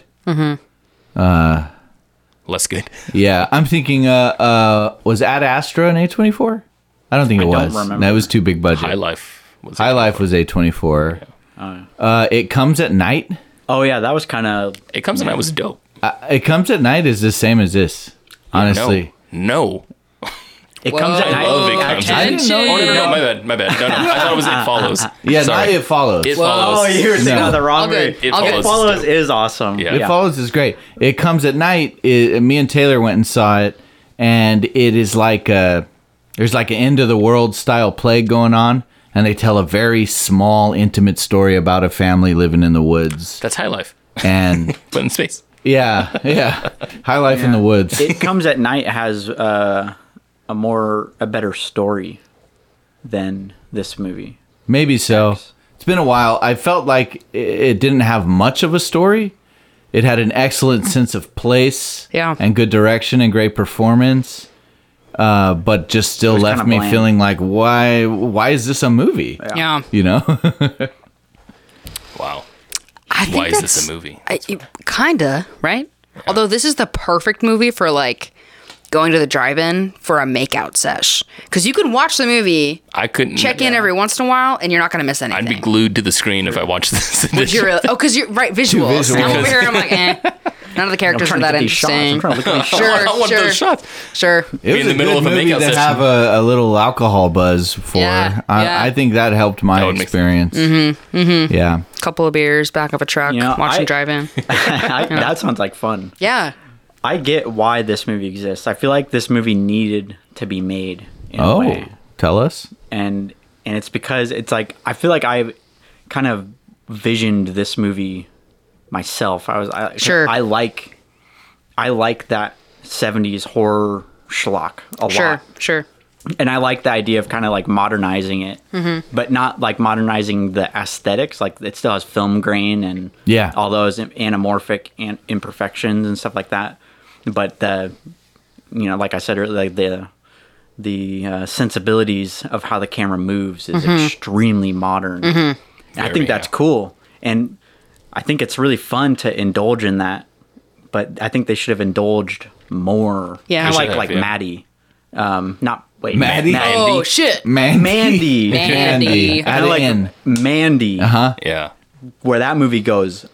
B: less good.
A: Yeah, I'm thinking. Uh, uh, was Ad Astra an A24? I don't think it
C: don't
A: was.
C: remember.
A: That was too big budget.
B: High life was
A: High Life was A24. Uh, it comes at night.
C: Oh yeah, that was kind of
B: It comes and I was dope.
A: Uh, it comes at night is the same as this. Honestly.
B: No. no.
C: it comes at
B: I
D: Whoa.
C: night.
B: love it comes.
A: I didn't know
B: Oh,
A: you
B: no, no, my bad, my bad. No, no, I thought it was It Follows.
A: Yeah,
B: Sorry.
A: Night It Follows.
B: It
C: Oh,
B: Follows.
C: you were thinking
A: No.
C: of the
D: All
C: wrong
D: good.
C: movie.
B: It
D: I'll get-
B: follows.
C: Follows is awesome.
B: Yeah.
A: It Follows is great. It comes at night. It, me and Taylor went and saw it, and it is like a there's like an end of the world style plague going on, and they tell a very small, intimate story about a family living in the woods,
B: That's High Life,
A: and
B: but in space.
A: yeah, yeah, high life in the woods.
C: it comes at night has uh, a more a better story than this movie.
A: Maybe so. It's been a while. I felt like i- it didn't have much of a story. It had an excellent sense of place,
D: Yeah.
A: and good direction and great performance, uh, but just still
C: was
A: left
C: kinda
A: me
C: bland.
A: feeling like why? Why is this a movie?
D: yeah.
A: You know,
B: Wow.
D: I think
B: Why is this
D: that's-
B: a movie?
D: I, you- kinda, right? Although this is the perfect movie for like going to the drive-in for a makeout sesh because you can watch the movie,
B: I couldn't
D: check in every once in a while, and you're not gonna miss anything.
B: I'd be glued to the screen if I watched this.
D: You're really- oh, because you're right visuals.
A: visual.
D: I'm over here. I'm like, eh. None of the
C: I'm
D: characters are
C: trying to
D: that
C: get these shots. I'm
D: interesting.
C: trying to look at these shots.
D: Sure,
B: I want
D: sure,
B: those shots.
D: sure.
A: it was
B: in the
A: a
B: middle
A: good
B: of a
A: movie
B: makeout
A: to
B: session.
A: have a, a little alcohol buzz for.
D: Yeah,
A: I,
D: yeah.
A: I think that helped my
B: That would make sense.
A: experience. Mm-hmm, mm-hmm. Yeah,
D: Couple of beers, back of a truck,
C: You know,
D: watching
C: I-
D: drive-in.
C: I, that sounds like fun.
D: yeah,
C: I get why this movie exists. I feel like this movie needed to be made. In a
A: Oh,
C: way.
A: tell us.
C: and and it's because it's like I feel like I kind of visioned this movie myself. I was I,
D: Sure.
C: I like I like that '70s horror schlock a
D: sure,
C: lot,
D: sure.
C: and I like the idea of kind of like modernizing it, but not like modernizing the aesthetics. Like it still has film grain and
A: Yeah.
C: all those an- anamorphic and imperfections and stuff like that. But the you know, like I said earlier, like the the uh, sensibilities of how the camera moves is extremely modern. And I
B: Very,
C: think that's
B: yeah.
C: cool, and I think it's really fun to indulge in that. But I think they should have indulged more.
D: Yeah.
C: Kinda
D: They
C: like
B: should have,
C: like
B: yeah.
C: Maddie, um, not wait
A: Maddie?
C: Mandy.
D: Oh shit,
A: Mandy.
C: Mandy.
D: Mandy.
A: Add
C: Kinda
A: it
C: like
A: in.
C: Mandy,
A: Uh-huh.
B: Yeah.
C: where that movie goes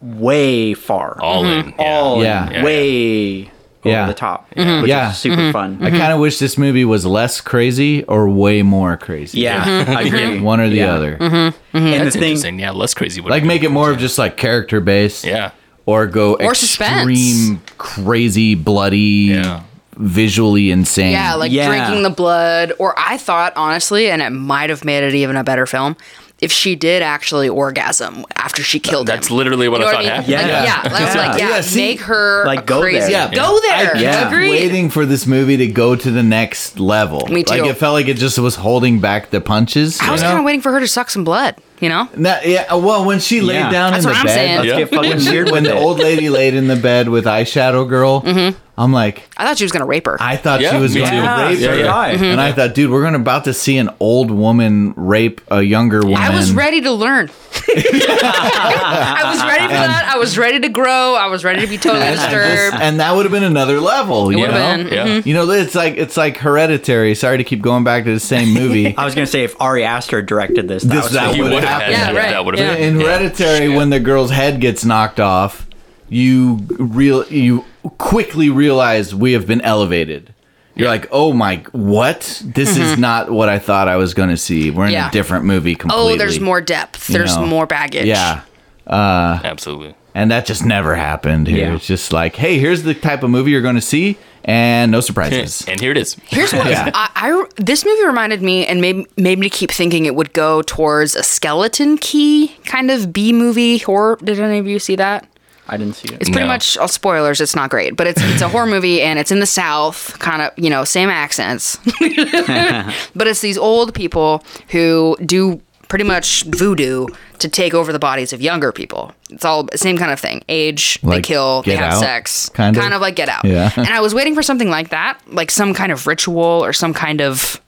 C: way far,
B: All
D: Mm-hmm.
B: in. Oh, Yeah.
C: all
A: Yeah.
B: Yeah,
C: way
A: Yeah.
C: over the top, which
A: Yeah. Mm-hmm.
C: is super fun.
D: Mm-hmm.
A: I kind of wish this movie was less crazy or way more crazy.
C: Yeah, I agree.
A: One or the
C: Yeah.
A: other.
D: Mm-hmm.
C: And the
B: That's
C: thing,
B: interesting. Yeah, less crazy. would
A: Like
B: be
A: make it
B: good.
A: more of just like character based.
B: Yeah.
A: Or go
D: Or suspense.
A: extreme crazy bloody
B: Yeah.
A: visually insane.
D: Yeah, like
C: Yeah.
D: drinking the blood. Or I thought, honestly, and it might have made it even a better film if she did actually orgasm after she killed
B: That's
D: him.
B: literally what
D: You know
B: I
D: what
B: thought
D: I mean?
B: happened.
D: Like,
C: Yeah.
D: yeah, like, I was
C: Yeah.
D: like, yeah,
A: Yeah, see?
D: make her
C: Like,
D: a
C: go
D: crazy.
C: there. Yeah.
D: Go there.
A: I
C: Yeah.
A: kept
D: Agreed.
A: waiting for this movie to go to the next level.
D: Me too.
A: Like it felt like it just was holding back the punches.
D: I was kind of waiting for her to suck some blood, you know?
A: yeah, uh, well, when she laid
C: Yeah.
A: down
D: That's
A: in
D: what
A: the
D: I'm
A: bed,
D: saying.
C: let's
B: Yeah.
C: get fucking weird
A: when
C: with
A: the
C: it.
A: old lady laid in the bed with eyeshadow girl,
D: Mm-hmm.
A: I'm like,
D: I thought she was going to rape her.
A: I thought she
B: Yeah,
A: was
B: me
A: going
B: too.
A: to
C: Yeah,
A: rape
C: so
A: her.
B: did
C: I. Mhm.
A: And I
D: Mm-hmm.
A: thought, dude, we're going to about to see an old woman rape a younger woman.
D: I was ready to learn. I was ready for that. I was ready to grow. I was ready to be totally
A: And, I just-
D: disturbed.
A: and that would have been another level, you
D: would've
A: know.
D: been, Mm-hmm.
B: Yeah. mhm.
A: You know, it's like it's like hereditary. Sorry to keep going back to the same movie.
C: I was gonna say if Ari Aster directed this, that
A: This-
C: was
A: that
B: He
A: would've
B: would have
A: happened.
B: had
D: Yeah,
B: that.
D: right.
B: That would have
D: Yeah.
B: been.
A: in hereditary when the girl's head gets knocked off you real you quickly realize we have been elevated You're like, oh my, what? This is not what I thought I was going to see. We're in
D: Mm-hmm. Yeah.
A: a different movie completely.
D: Oh, there's more depth.
A: you
D: There's
A: know?
D: more baggage.
A: Yeah,
B: Absolutely.
A: and that just never happened here.
C: Yeah.
A: It's just like, hey, here's the type of movie you're going to see, and no surprises.
B: And here it is.
D: Here's what I, I- this movie reminded me and made made me keep thinking it would go towards a skeleton key kind of B movie horror. Did any of you see that?
C: I didn't see it.
D: It's pretty
B: No.
D: much all spoilers. It's not great, but it's it's a horror movie and it's in the South, kind of you know same accents, but it's these old people who do pretty much voodoo to take over the bodies of younger people. It's all same kind of thing. Age,
A: Like
D: they kill, they
A: Get
D: have
A: Out,
D: sex,
A: kind of?
D: kind of like Get Out.
A: Yeah.
D: and I was waiting for something like that, like some kind of ritual or some kind of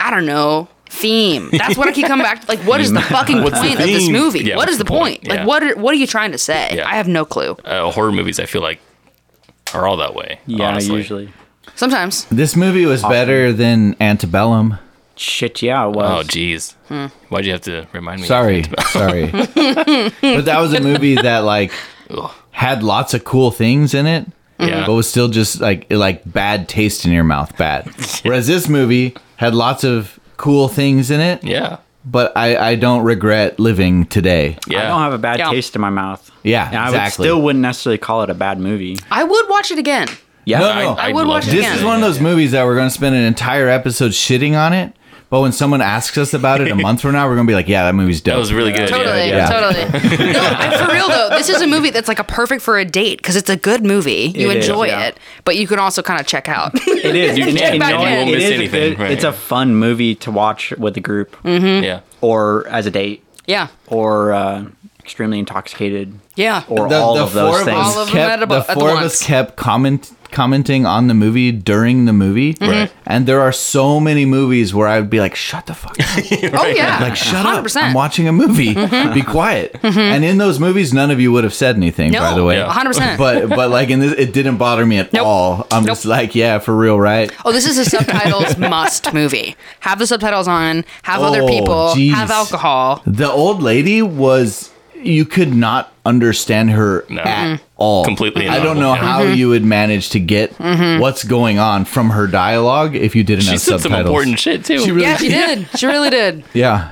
D: I don't know theme. That's what I keep coming back to. Like, what is the fucking point
B: What's the
D: of this
B: theme?
D: movie?
B: Yeah,
D: what is the point? Like,
B: Yeah.
D: what are, what are you trying to say?
B: Yeah.
D: I have no clue.
B: Uh, horror movies, I feel like, are all that way.
C: Yeah,
B: honestly.
C: usually.
D: Sometimes.
A: This movie was better than Antebellum.
C: Shit, yeah, it
B: Oh,
C: was.
B: geez.
D: Hmm.
B: Why'd you have to remind me?
A: Sorry, sorry. but that was a movie that like had lots of cool things in it,
B: Yeah.
A: but was still just like it- like bad taste in your mouth, bad. Whereas this movie had lots of cool things in it,
B: Yeah.
A: but I I don't regret living today.
B: Yeah.
C: I don't have a bad
D: Yeah.
C: taste in my mouth.
A: Yeah,
C: And I
A: exactly.
C: would still wouldn't necessarily call it a bad movie.
D: I would watch it again.
C: Yeah.
A: Oh, No, no.
D: I would
B: love
D: watch it
B: to.
A: This
D: Yeah.
A: is one of those movies that we're going to spend an entire episode shitting on it, but when someone asks us about it a month from now, we're going to be like, yeah, that movie's dope.
B: That was really good.
D: Totally,
B: Yeah.
A: Yeah.
D: totally. no, I- for real though, this is a movie that's like a perfect for a date because it's a good movie. You
C: It is,
D: enjoy
C: yeah.
D: it, but you can also kind of check out.
C: It is.
D: You
C: And-
D: check
C: and
D: back
C: no one
D: in.
C: will
D: It
C: miss
B: is a
C: anything.
B: good- right. Mm-hmm.
C: It's a fun movie to watch with a group
B: Yeah.
C: or as a date
D: yeah,
C: or uh, extremely intoxicated
D: yeah.
C: or all of those things.
D: All of them
A: kept,
D: at a bu-
A: the
D: at the
A: four of
D: once.
A: us kept comment, commenting on the movie during the movie.
D: Mm-hmm.
B: Right.
A: And there are so many movies where I would be like, shut the fuck up.
D: oh yeah,
A: Like, shut up.
D: 100%.
A: I'm watching a movie.
D: Mm-hmm.
A: Be quiet. And in those movies, none of you would have said anything,
D: No,
A: by the way.
B: Yeah.
D: 100%.
A: But, but like, in this, it didn't bother me at
D: Nope.
A: all. I'm
D: Nope.
A: just like, yeah, for real, right?
D: Oh, this is a subtitles must movie. Have the subtitles on. Have other
A: Oh,
D: people.
A: jeez.
D: Have alcohol.
A: The old lady was you could not understand her
B: No.
A: at
D: Mm-hmm.
B: Mhm.
A: all.
B: Completely
A: I don't
B: inaudible,
A: know
B: yeah.
A: how you would manage to get
D: Mm-hmm.
A: what's going on from her dialogue if you didn't
B: She
A: have
B: said some
A: subtitles.
B: important shit, too.
A: She really-
D: Yeah, she did. She really did.
A: yeah.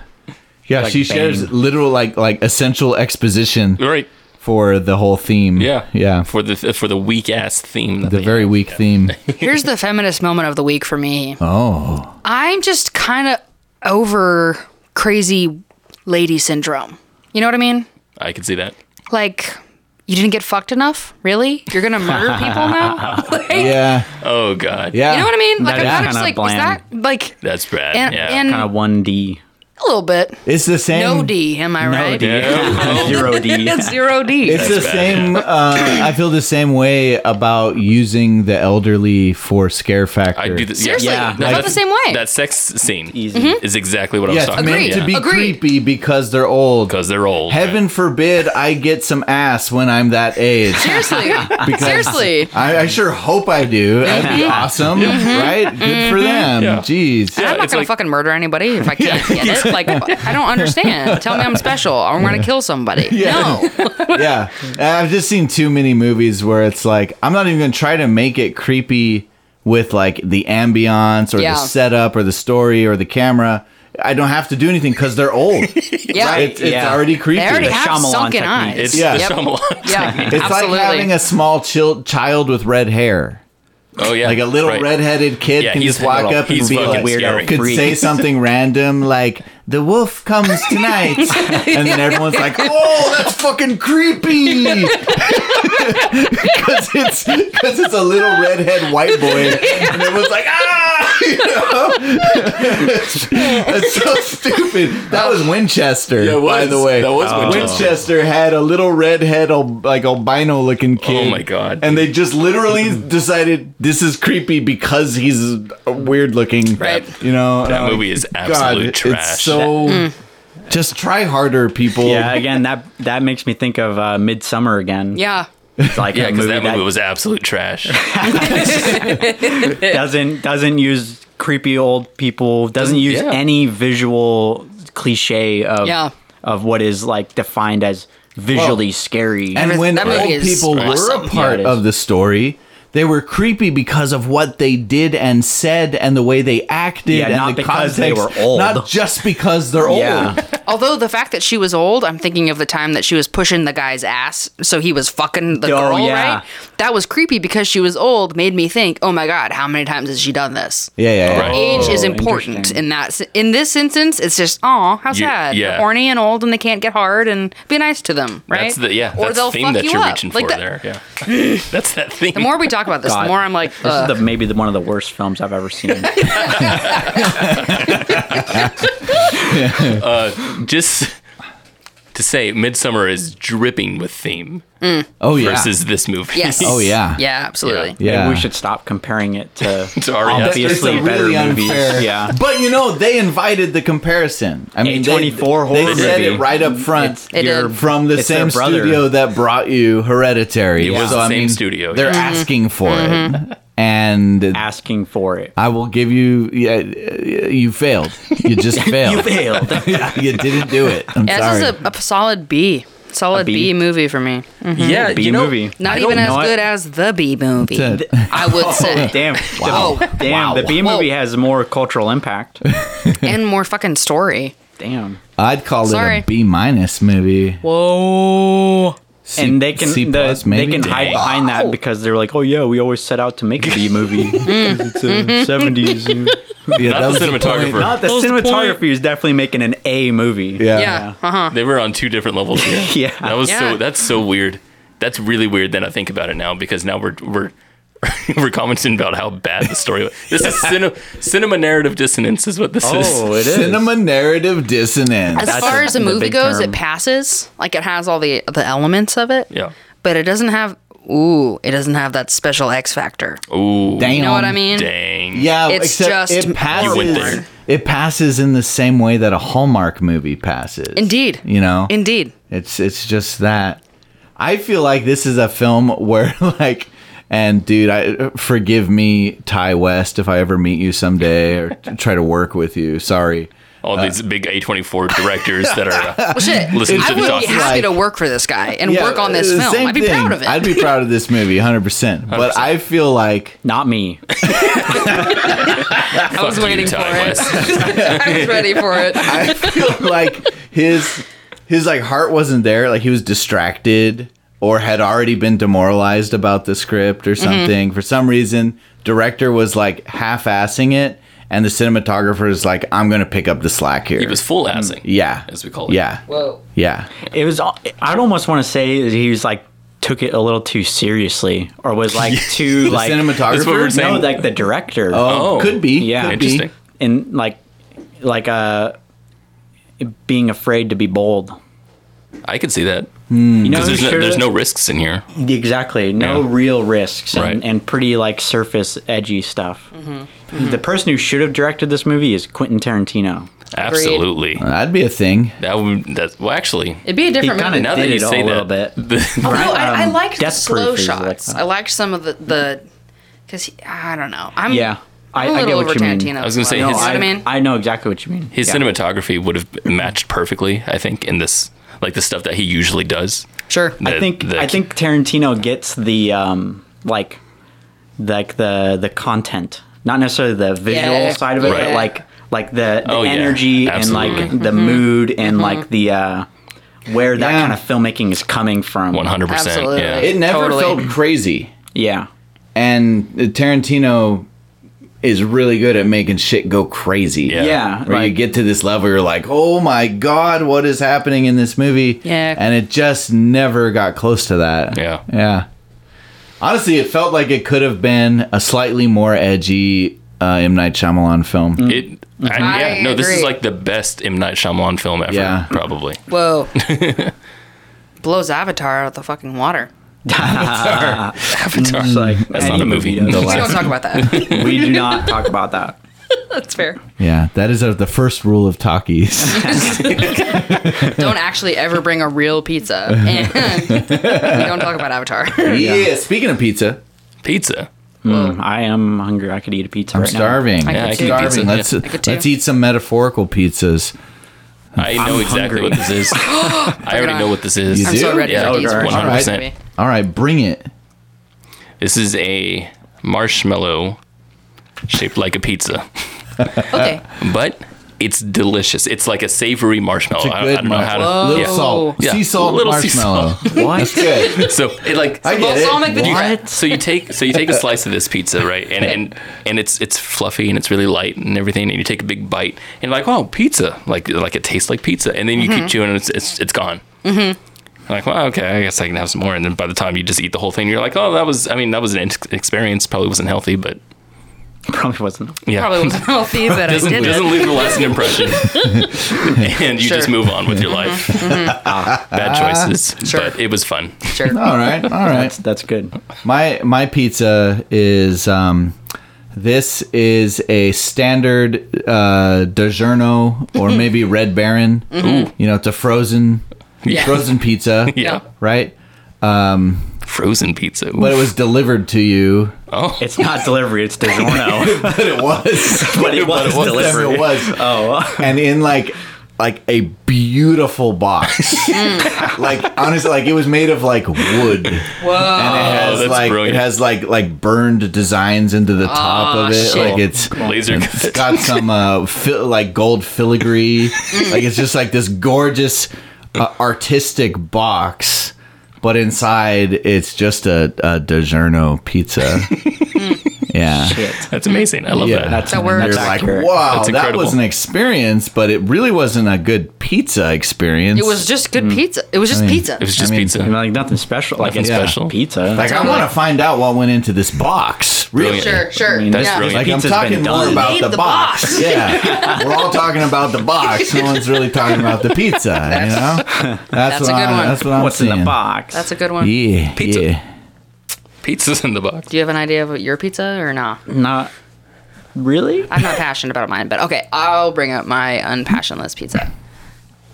A: Yeah, she
C: Bane.
A: shares literal like like essential exposition
B: right.
A: for the whole theme.
B: Yeah.
A: Yeah.
B: For the for the weak ass theme. That
A: the
B: they
A: very
B: have.
A: weak theme.
D: Here's the feminist moment of the week for me.
A: Oh.
D: I'm just kind of over crazy lady syndrome. You know what I mean?
B: I could see that.
D: like you didn't get fucked enough really you're gonna murder people now Like,
A: Yeah.
B: Oh God.
A: Yeah.
D: you know what i mean like
C: That
D: i'm
C: is
D: kind of just
C: kinda
D: like
C: bland.
D: is that like
B: That's bad.
D: and,
B: yeah.
D: and
C: Kind of 1D.
D: a little bit
A: It's the same
D: no d am i right
C: D.
B: Yeah. Oh,
C: Zero D.
D: It's zero d
A: It's the
B: bad,
A: same. Uh, I feel the same way about using the elderly for scare factor.
B: I do this.
D: seriously
C: Yeah,
D: i
B: No,
D: felt
B: that-
D: the same way Mm-hmm.
B: That sex scene
C: Easy.
B: is exactly what I was
A: Yeah, it's
B: talking
A: meant
D: Agreed.
B: about.
A: to be
D: Agreed.
A: creepy because they're old.
B: because they're old. right?
A: Heaven forbid I get some ass when I'm that age.
D: seriously
A: Because
D: seriously Mm-hmm.
A: I, I sure hope I do. That'd be awesome, right? Good for them.
B: Yeah.
A: Jeez.
D: I'm not
B: it's
D: gonna
B: like-
D: fucking murder anybody if I can't get it. Like I don't understand. Tell me I'm special. or I'm gonna kill somebody. No.
A: Yeah. I've just seen too many movies where it's like I'm not even gonna try to make it creepy with like the ambiance or
D: Yeah.
A: the setup or the story or the camera. I don't have to do anything because they're old.
D: Yeah.
A: It's, it's
C: Yeah.
A: already creepy.
D: They already
C: The
D: have
C: Shyamalan
D: sunken
C: technique.
D: eyes.
B: It's
A: Yeah.
B: the
A: Yep.
B: Shyamalan.
D: yeah.
A: It's
D: Absolutely.
A: like having a small chil- child with red hair.
B: Oh yeah.
A: Like a little
B: right.
A: redheaded kid
B: Yeah,
A: can
B: he's
A: just walk
B: little-
A: up and
B: he's
A: be
B: fucking
A: like
B: scary.
A: Could
C: Freak.
A: say something random like "the wolf comes tonight," and then everyone's like, "Oh, that's fucking creepy," because it's because it's a little redhead white boy, and everyone's like, "Ah!" You know? that's so stupid. That was Winchester,
B: Yeah, it was.
A: by the way.
B: That was
A: Winchester.
B: Winchester.
A: had a little redhead, al- like albino looking kid.
B: Oh my God.
A: And they just literally decided this is creepy because he's weird looking.
D: Right.
A: You know
B: That
A: and I'm
B: movie is
A: God,
B: absolute
A: It's
B: trash.
A: so.
D: mm.
A: Just try harder, people.
C: Yeah, again, that that makes me think of uh, Midsummer again.
D: yeah.
C: It's like
B: Yeah,
C: a
B: because
C: movie
B: that
C: that,
B: movie was absolute trash.
C: doesn't doesn't use creepy old people. Doesn't use
B: yeah.
C: any visual cliche of
D: Yeah.
C: of what is like defined as visually scary.
A: And when
D: that
A: old
D: movie is
A: people were
D: awesome.
A: a part
C: Yeah, it is.
A: of the story, They were creepy because of what they did and said and the way they acted
C: Yeah,
A: and
C: not
A: the
C: because they
A: context,
C: were old.
A: Not just because they're
C: Yeah.
A: old.
D: Although the fact that she was old, I'm thinking of the time that she was pushing the guy's ass, so he was fucking the
C: Oh,
D: girl,
C: yeah.
D: right? That was creepy because she was old. Made me think, oh my god, how many times has she done this?
A: Yeah, yeah, yeah.
B: Right.
D: Age is
C: Oh,
D: important
C: interesting.
D: in that. s- In this instance, it's just, oh, how
B: You-
D: sad.
B: yeah.
D: They're horny and old, and they can't get hard, and be nice to them, right?
B: That's the yeah. That's the theme that you're reaching for
D: that-
B: there. Yeah. that's that theme.
D: The more we talk about this,
C: God.
D: the more I'm like, uh,
C: This
D: ugh.
C: is the, maybe the, one of the worst films I've ever seen.
B: just to say, Midsummer is dripping with theme
A: Oh yeah.
B: versus this movie.
D: yes.
A: Oh, yeah.
D: Yeah, absolutely.
A: yeah.
C: Maybe we should stop comparing it to
B: To
D: E
B: REM.
C: obviously
A: It's a
C: better
A: really
C: movies.
A: unfair-
C: Yeah.
A: But you know, they invited the comparison. I mean, they-
C: A24
A: they,
C: horror
A: said
C: movie.
A: it right up front.
D: They
C: You're-
D: did.
A: from the
C: It's
A: same
C: their brother.
A: studio that brought you Hereditary.
B: It was the same studio,
A: They're
B: yeah.
D: Mm-hmm.
A: asking for it, and
C: asking for it.
A: I will give you. Yeah, uh, you failed. You just failed.
C: failed. Mm,
A: you didn't do it. I'm
D: Yeah,
A: sorry.
D: this is a, a solid B. Solid
C: B?
D: B. movie for me. Mhm.
B: Yeah,
C: B
B: you know,
C: movie.
D: Not
C: I
D: even
C: don't
D: as
C: know it.
D: good as the B movie.
A: The-
D: I would say. Oh,
C: Damn.
D: Wow.
C: The, damn. The B
D: Whoa.
C: movie has more cultural impact.
D: and more fucking story.
C: Damn.
A: I'd call
D: Sorry.
A: it a B minus movie.
D: Whoa.
A: C-
C: and they can
A: C
C: the-
A: plus
C: they
A: maybe.
C: can hide behind that because they're like, oh yeah, we always set out to make a B movie. 'Cause
D: Mm,
C: it's
D: mm-hmm.
C: a seventies.
A: Yeah,
B: Not
A: that was
B: the
A: point.
B: cinematographer.
C: Not the
B: That was the
C: cinematography is definitely making an A movie.
A: Yeah.
D: Yeah. Uh-huh.
B: They were on two different levels here.
C: Yeah.
B: That was
D: Yeah.
B: so that's so weird. That's really weird that I think about it now because now we're we're we're commenting about how bad the story was. This is cinema cinema narrative dissonance is what this
C: Oh,
B: is.
C: it is.
A: Cinema narrative dissonance.
D: As
C: That's
D: far
C: a-
D: as a
C: the
D: movie
C: big
D: goes,
C: term.
D: it passes. Like it has all the the elements of it.
B: Yeah.
D: But it doesn't have ooh, it doesn't have that special X factor.
B: Ooh.
A: Damn.
D: You know what
C: Oh,
D: I mean?
B: Dang.
A: Yeah,
D: It's
A: except
D: just
A: it
B: You went there.
A: passes. It passes in the same way that a Hallmark movie passes.
D: Indeed.
A: you know,
D: Indeed.
A: it's it's just that. I feel like this is a film where like. And dude, I forgive me, Ty West, if I ever meet you someday or t- try to work with you. Sorry,
B: All
C: Uh,
B: these big A24 directors that are uh,
D: Well, shit.
B: Listen
D: I
B: to the
D: would be
B: document.
A: Like-
D: happy to work for this guy and
A: Yeah,
D: work on this
A: the
D: film.
A: same
D: I'd be proud
A: thing.
D: of it.
A: I'd be proud of this movie, hundred percent. But I feel like
C: Not me.
D: I
B: fuck
D: was
B: you,
D: waiting for
B: Ty
D: it.
B: West.
D: I was ready for it.
A: I feel like his his like heart wasn't there. Like he was distracted or had already been demoralized about the script or
B: Mm-hmm.
A: something. For some reason, director was like half-assing it, and the cinematographer is like, "I'm gonna pick up the slack here."
B: He was
C: Mm,
B: full assing.
A: yeah,
B: As we call it.
A: Yeah,
D: Whoa.
A: yeah.
C: It was. al- I'd almost want to say that he was like took it a little too seriously, or was like too like
A: cinematographer.
B: That's what we were
C: No,
B: saying.
C: like the director.
A: Oh,
B: Oh,
A: could be.
C: yeah.
A: could be.
B: Interesting.
C: and like like uh being afraid to be bold
B: I could see that.
C: you know
B: Because Mm. there's,
C: who
B: no,
C: sure
B: there's
C: does-
B: no risks in here.
C: exactly no
B: Yeah.
C: real risks and,
B: Right.
C: and pretty like surface edgy stuff
D: Mm-hmm.
C: Mm-hmm. the person who should have directed this movie is quentin tarantino
B: Absolutely.
A: That'd be a thing.
B: That would that well actually
D: It'd be a different
C: kinda
D: movie.
B: now that
C: Did
B: you
C: it all
B: say
C: a little
B: that,
C: bit.
B: the-
D: No, I, I
C: Um,
D: liked the
C: Death
D: slow
C: Proof is like
D: shots.
C: that.
D: I liked some of the the because I don't know. I'm
C: Yeah. I-
D: I'm a
C: I get
D: little
C: what
D: over
C: you mean.
D: Tarantino.
B: I was gonna say
D: you know
B: his-
D: what I mean.
C: I know exactly what you mean
B: his
C: Yeah.
B: cinematography would have matched perfectly, I think, in this like the stuff that he usually does.
D: Sure.
C: i
B: The-
C: think
B: the-
C: i think tarantino gets the um like like the the content not necessarily the visual
D: Yeah.
C: side of it but
B: Right.
C: like like the, the
B: Oh, yeah.
C: energy and like
B: Absolutely.
C: the
D: Mm-hmm.
C: mood and like the uh where that
A: Yeah.
C: kind of filmmaking is coming from
B: one hundred percent.
D: Absolutely.
B: Yeah.
A: It never
D: Totally.
A: felt crazy.
C: yeah
A: And Tarantino is really good at making shit go crazy.
B: Yeah.
C: yeah
A: where you
C: like
A: get to this level, you're like, oh my god, what is happening in this movie?
D: Yeah.
A: And it just never got close to that.
B: Yeah.
A: Yeah. Honestly, it felt like it could have been a slightly more edgy uh, M. Night Shyamalan film.
D: Mm.
B: It, I,
D: I
B: yeah, no, this is
D: agree.
B: like the best M Night Shyamalan film ever,
A: Yeah.
B: probably.
D: Whoa. Blows Avatar out of the fucking water.
B: Avatar.
C: it's like
B: That's not a movie.
C: Video.
D: We don't talk about that.
C: we do not talk about that
D: That's fair.
A: Yeah, that is uh, the first rule of talkies.
D: Don't actually ever bring a real pizza. And we don't talk about Avatar.
A: yeah. Speaking of pizza,
B: Pizza.
C: Mm, i am hungry i could eat a pizza
A: I'm
C: right
A: starving.
D: I
A: I'm
D: could too.
A: starving.
B: Pizza,
A: let's
B: yeah.
D: I could
A: let's
D: too.
A: eat some metaphorical pizzas.
B: I know exactly
C: hungry.
B: what this is. I already
D: on.
B: know what this
A: Oh
B: is.
A: You
D: I'm
A: do?
D: so ready
B: Yeah,
D: for these.
B: okay.
D: for sure.
B: 100%.
A: All right, bring it.
B: This is a marshmallow shaped like a pizza,
D: Okay.
B: but it's delicious. It's like a savory marshmallow.
A: It's a
B: I
A: good
B: I don't know how to.
A: marshmallow. Little
B: yeah.
A: salt,
B: Yeah.
A: sea salt,
B: Little sea
A: marshmallow. That's good.
B: So it like
A: I get it.
D: Balsamic vinaigrette.
B: You- So you take so you take a slice of this pizza, right? And and and it's it's fluffy and it's really light and everything. And you take a big bite and like, oh, pizza! Like like it tastes like pizza. And then you
D: Mm-hmm.
B: keep chewing and it's it's, it's gone. Mm-hmm. Like, well, okay, I guess I can have some more. And then by the time you just eat the whole thing, you're like, oh, that was I mean that was an ex- experience. Probably wasn't healthy, but
C: Probably wasn't.
B: yeah,
D: Probably wasn't healthy, but I
B: doesn't
D: did
B: doesn't
D: it.
B: leave a lasting impression. and you just
D: Sure. Mm-hmm.
B: move on with your life. Bad choices,
D: Sure.
B: but it was fun.
D: Sure.
A: All right, all right.
C: That's good.
A: My my pizza is um, this is a standard uh, DiGiorno or maybe Red Baron. You know, it's a frozen frozen pizza,
B: Yeah,
A: right?
B: frozen pizza.
A: But it was delivered to you.
B: oh.
C: It's not delivery. It's DiGiorno.
A: But it was.
C: but it was
A: One time
C: delivery.
A: It was.
C: Oh,
A: and in like like a beautiful box. like honestly, like it was made of like wood. And
D: Whoa.
A: it has
B: Oh, that's
A: like
B: brilliant.
A: it has like like burned designs into the top
D: Aw,
A: of it.
D: Oh, shit.
A: Like it's
B: Laser
A: it's
B: cut.
A: got some uh fil- like gold filigree.
D: Mm.
A: like it's just like this gorgeous uh, artistic box. But inside, it's just a, a DiGiorno pizza. yeah.
C: shit.
B: That's amazing. I love
A: Yeah.
B: that.
C: That's
D: So we're-
A: You're
C: that's
A: like,
C: accurate.
A: wow,
B: That's
A: that was
B: incredible.
A: an experience, but it really wasn't a good pizza experience.
D: It was just good pizza. It was just pizza.
B: It was just
A: I mean,
C: I mean,
B: pizza.
C: like nothing special. Like
B: Nothing
C: it's
B: special.
C: pizza.
A: like I want to find out what went into this box. Really,
B: Brilliant.
D: sure, sure.
C: I mean, that's
D: yeah.
B: brilliant.
A: like I'm
C: Pizza's
A: talking
C: been
A: more
C: done.
A: about
D: Made
A: the,
D: the
A: box.
D: box.
A: yeah, we're all talking about the box. No one's really talking about the pizza. you know, that's, what
D: a good
A: I'm,
D: one.
A: That's what I'm
C: What's
A: seeing.
C: in the box?
D: That's a good one.
A: Yeah,
B: Pizza.
A: yeah.
B: Pizza's in the box.
D: Do you have an idea of what your pizza or nah?
C: not really.
D: I'm not passionate about mine, but okay, I'll bring up my unpassionless pizza.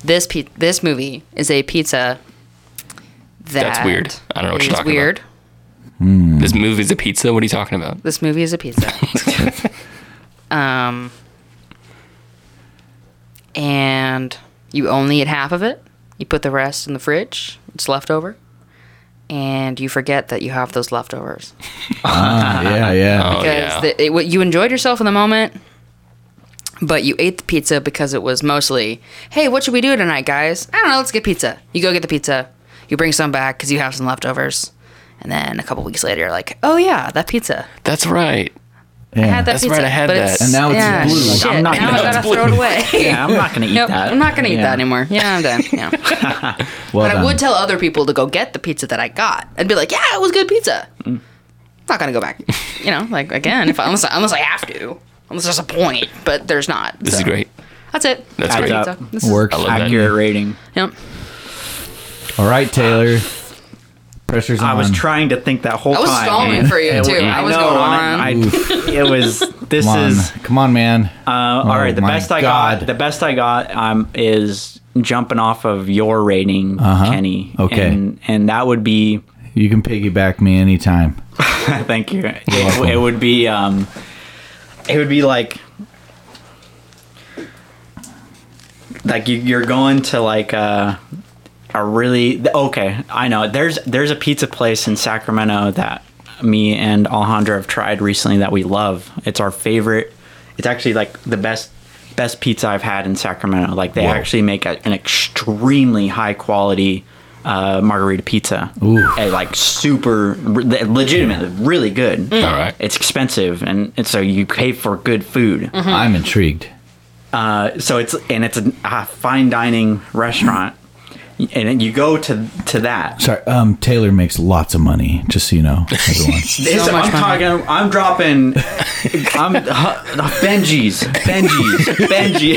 D: This pe- this movie is a pizza that
B: That's weird. I don't know what you're
D: is
B: talking
D: weird.
B: This movie's a pizza. What are you talking about?
D: This movie is a pizza. um, and you only eat half of it. You put the rest in the fridge. It's leftover, and you forget that you have those leftovers.
C: Uh-huh.
A: Ah, yeah, yeah.
B: Oh
D: because
B: yeah.
D: the, it, w- you enjoyed yourself in the moment, but you ate the pizza because it was mostly, hey, what should we do tonight, guys? I don't know, let's get pizza. You go get the pizza, you bring some back because you have some leftovers, and then a couple weeks later, you're like, oh yeah, that pizza.
B: That's right.
A: yeah.
D: I had that
B: That's
D: pizza.
B: right, I had
D: but
B: that.
D: It's,
A: And now it's
D: yeah,
A: blue.
D: Shit,
C: I'm not
D: now
C: gonna-
D: I gotta throw it away.
C: Yeah, I'm not gonna eat
D: Nope,
C: that.
D: I'm not gonna eat
C: Yeah.
D: that anymore. Yeah, I'm done. Yeah.
A: Well
D: but I
A: done.
D: would tell other people to go get the pizza that I got. I'd be like, yeah, it was good pizza.
B: Mm.
D: I'm not gonna go back. You know, like again, if I, unless I, unless I have to, unless there's a point, but there's not.
B: This is
D: so.
B: great.
D: That's it.
B: That's
D: That's
B: great.
C: Adds up.
D: pizza. This is-
A: Works.
B: I love that.
C: Accurate rating.
D: Yep.
A: All right, Taylor. Pressure's on.
C: I was trying to think that whole
D: I
C: time.
D: was stalling for you too. I was
C: know,
D: going
C: and
D: on.
C: I- I- it was. This
A: Come on,
C: is
A: come on, man.
C: Uh, all right, the
A: my
C: best I
A: God.
C: got, the best I got um, is jumping off of your rating, Kenny.
A: Uh-huh. Okay.
C: and, and that would be
A: you can piggyback me anytime.
C: thank you. It, it would be um, it would be like like you, you're going to like a, a really okay. I know there's there's a pizza place in Sacramento that me and Alejandro have tried recently that we love. It's our favorite. It's actually like the best best pizza I've had in Sacramento. Like they actually make a, an extremely high quality uh, margarita pizza.
A: Ooh.
C: And, like super re- legitimate, really good.
B: All right.
C: It's expensive and, and so you pay for good food
D: Hmm.
A: I'm intrigued.
C: so it's and it's a, a fine dining restaurant and then you go to to that
A: Sorry, um, Taylor makes lots of money. Just so you know, everyone.
C: This-
D: much
C: I'm talking I'm dropping I'm uh, Benji's Benji's Benji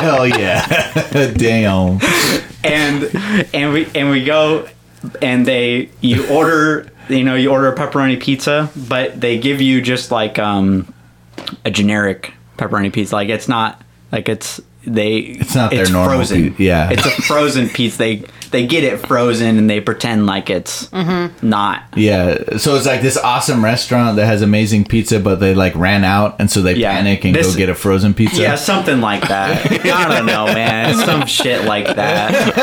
A: Hell yeah! Damn.
C: and and we and we go and they you order you know you order a pepperoni pizza but they give you just like um a generic pepperoni pizza like it's not like it's they it's
A: not their normal
C: frozen
A: pi- yeah.
C: it's a frozen pizza they they get it frozen and they pretend like it's not
A: Yeah, so it's like this awesome restaurant that has amazing pizza, but they like ran out, and so they
C: Yeah.
A: panic and
C: This-
A: go get a frozen pizza.
C: yeah something like that i don't know man some shit like that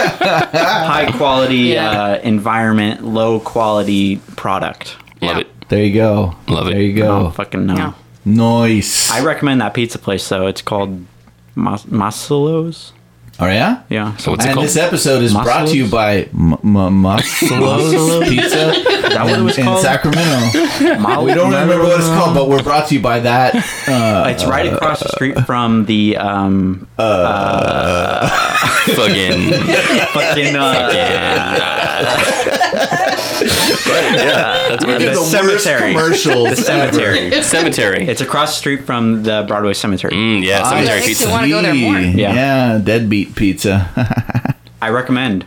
C: high quality
D: Yeah.
C: uh, environment low quality product
B: Love
D: Yeah.
B: it.
A: There you go.
B: Love it.
A: There you
C: I don't
A: go.
C: fucking know.
D: Yeah.
A: Nice.
C: Oh, I recommend that pizza place though. It's called Mas- Masalos.
A: Oh yeah.
C: Yeah.
B: So what's it
A: and
B: called?
A: this episode is brought to you by M- M- Muscolo's Pizza
C: that what it was
A: in
C: called?
A: Sacramento.
C: Mal-
A: We don't remember what it's called, but we're brought to you by that. Uh,
C: It's right across the street from the um
B: Fucking
C: fucking uh, the
A: worst
C: cemetery.
A: commercials
C: The cemetery.
B: cemetery.
C: It's across the street from the Broadway cemetery.
B: Mm, yeah, cemetery
D: Makes
B: pizza.
D: you wanna go there more.
A: Yeah.
C: Yeah.
A: deadbeat pizza.
C: I recommend.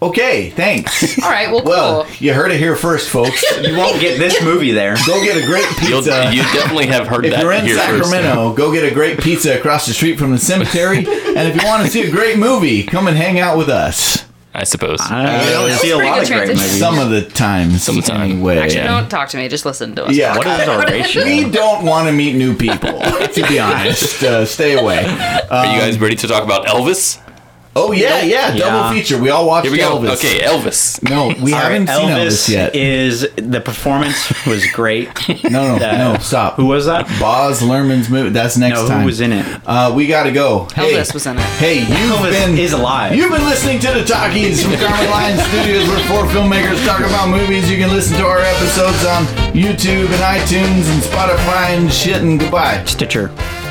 A: okay, thanks.
D: All right. Well,
A: Well,
D: cool.
A: you heard it here first, folks.
C: You won't get this movie there.
A: Go get a great
B: You'll,
A: pizza.
B: you definitely have heard
A: if
B: that
A: you're in
B: here first.
A: Sacramento, go get a great pizza across the street from the cemetery. and if you want to see a great movie, come and hang out with us.
B: I suppose.
C: I don't Uh,
D: that's
C: see a
D: pretty
C: lot
D: good
C: of great
D: transition.
C: movies.
A: Some of the times.
B: Sometime.
A: Anyway.
D: Actually,
B: yeah.
D: don't talk to me. Just listen to us.
A: Yeah.
C: What is our
A: We
C: ratio?
A: don't want to meet new people, to be honest. Uh, stay away.
B: Are you guys ready to talk about Elvis?
A: Oh yeah, yeah, double
C: Yeah.
A: feature. We all watched
B: Here we
A: Elvis.
B: go. Okay, Elvis.
A: No, we
C: All right,
A: haven't seen
C: Elvis
A: Elvis yet.
C: is the performance was great.
A: no, no,
C: Uh,
A: no. Stop.
C: Who was that?
A: Boz Lerman's movie? That's next
C: No,
A: time.
C: who was in it?
A: Uh, we gotta go. hey,
D: Elvis was in it.
A: Hey, you've
C: Elvis
A: been
C: is alive.
A: You've been listening to the Talkies from Carmen Lion Studios. We're four filmmakers talking about movies. You can listen to our episodes on YouTube and iTunes and Spotify and shit. And goodbye.
C: Stitcher.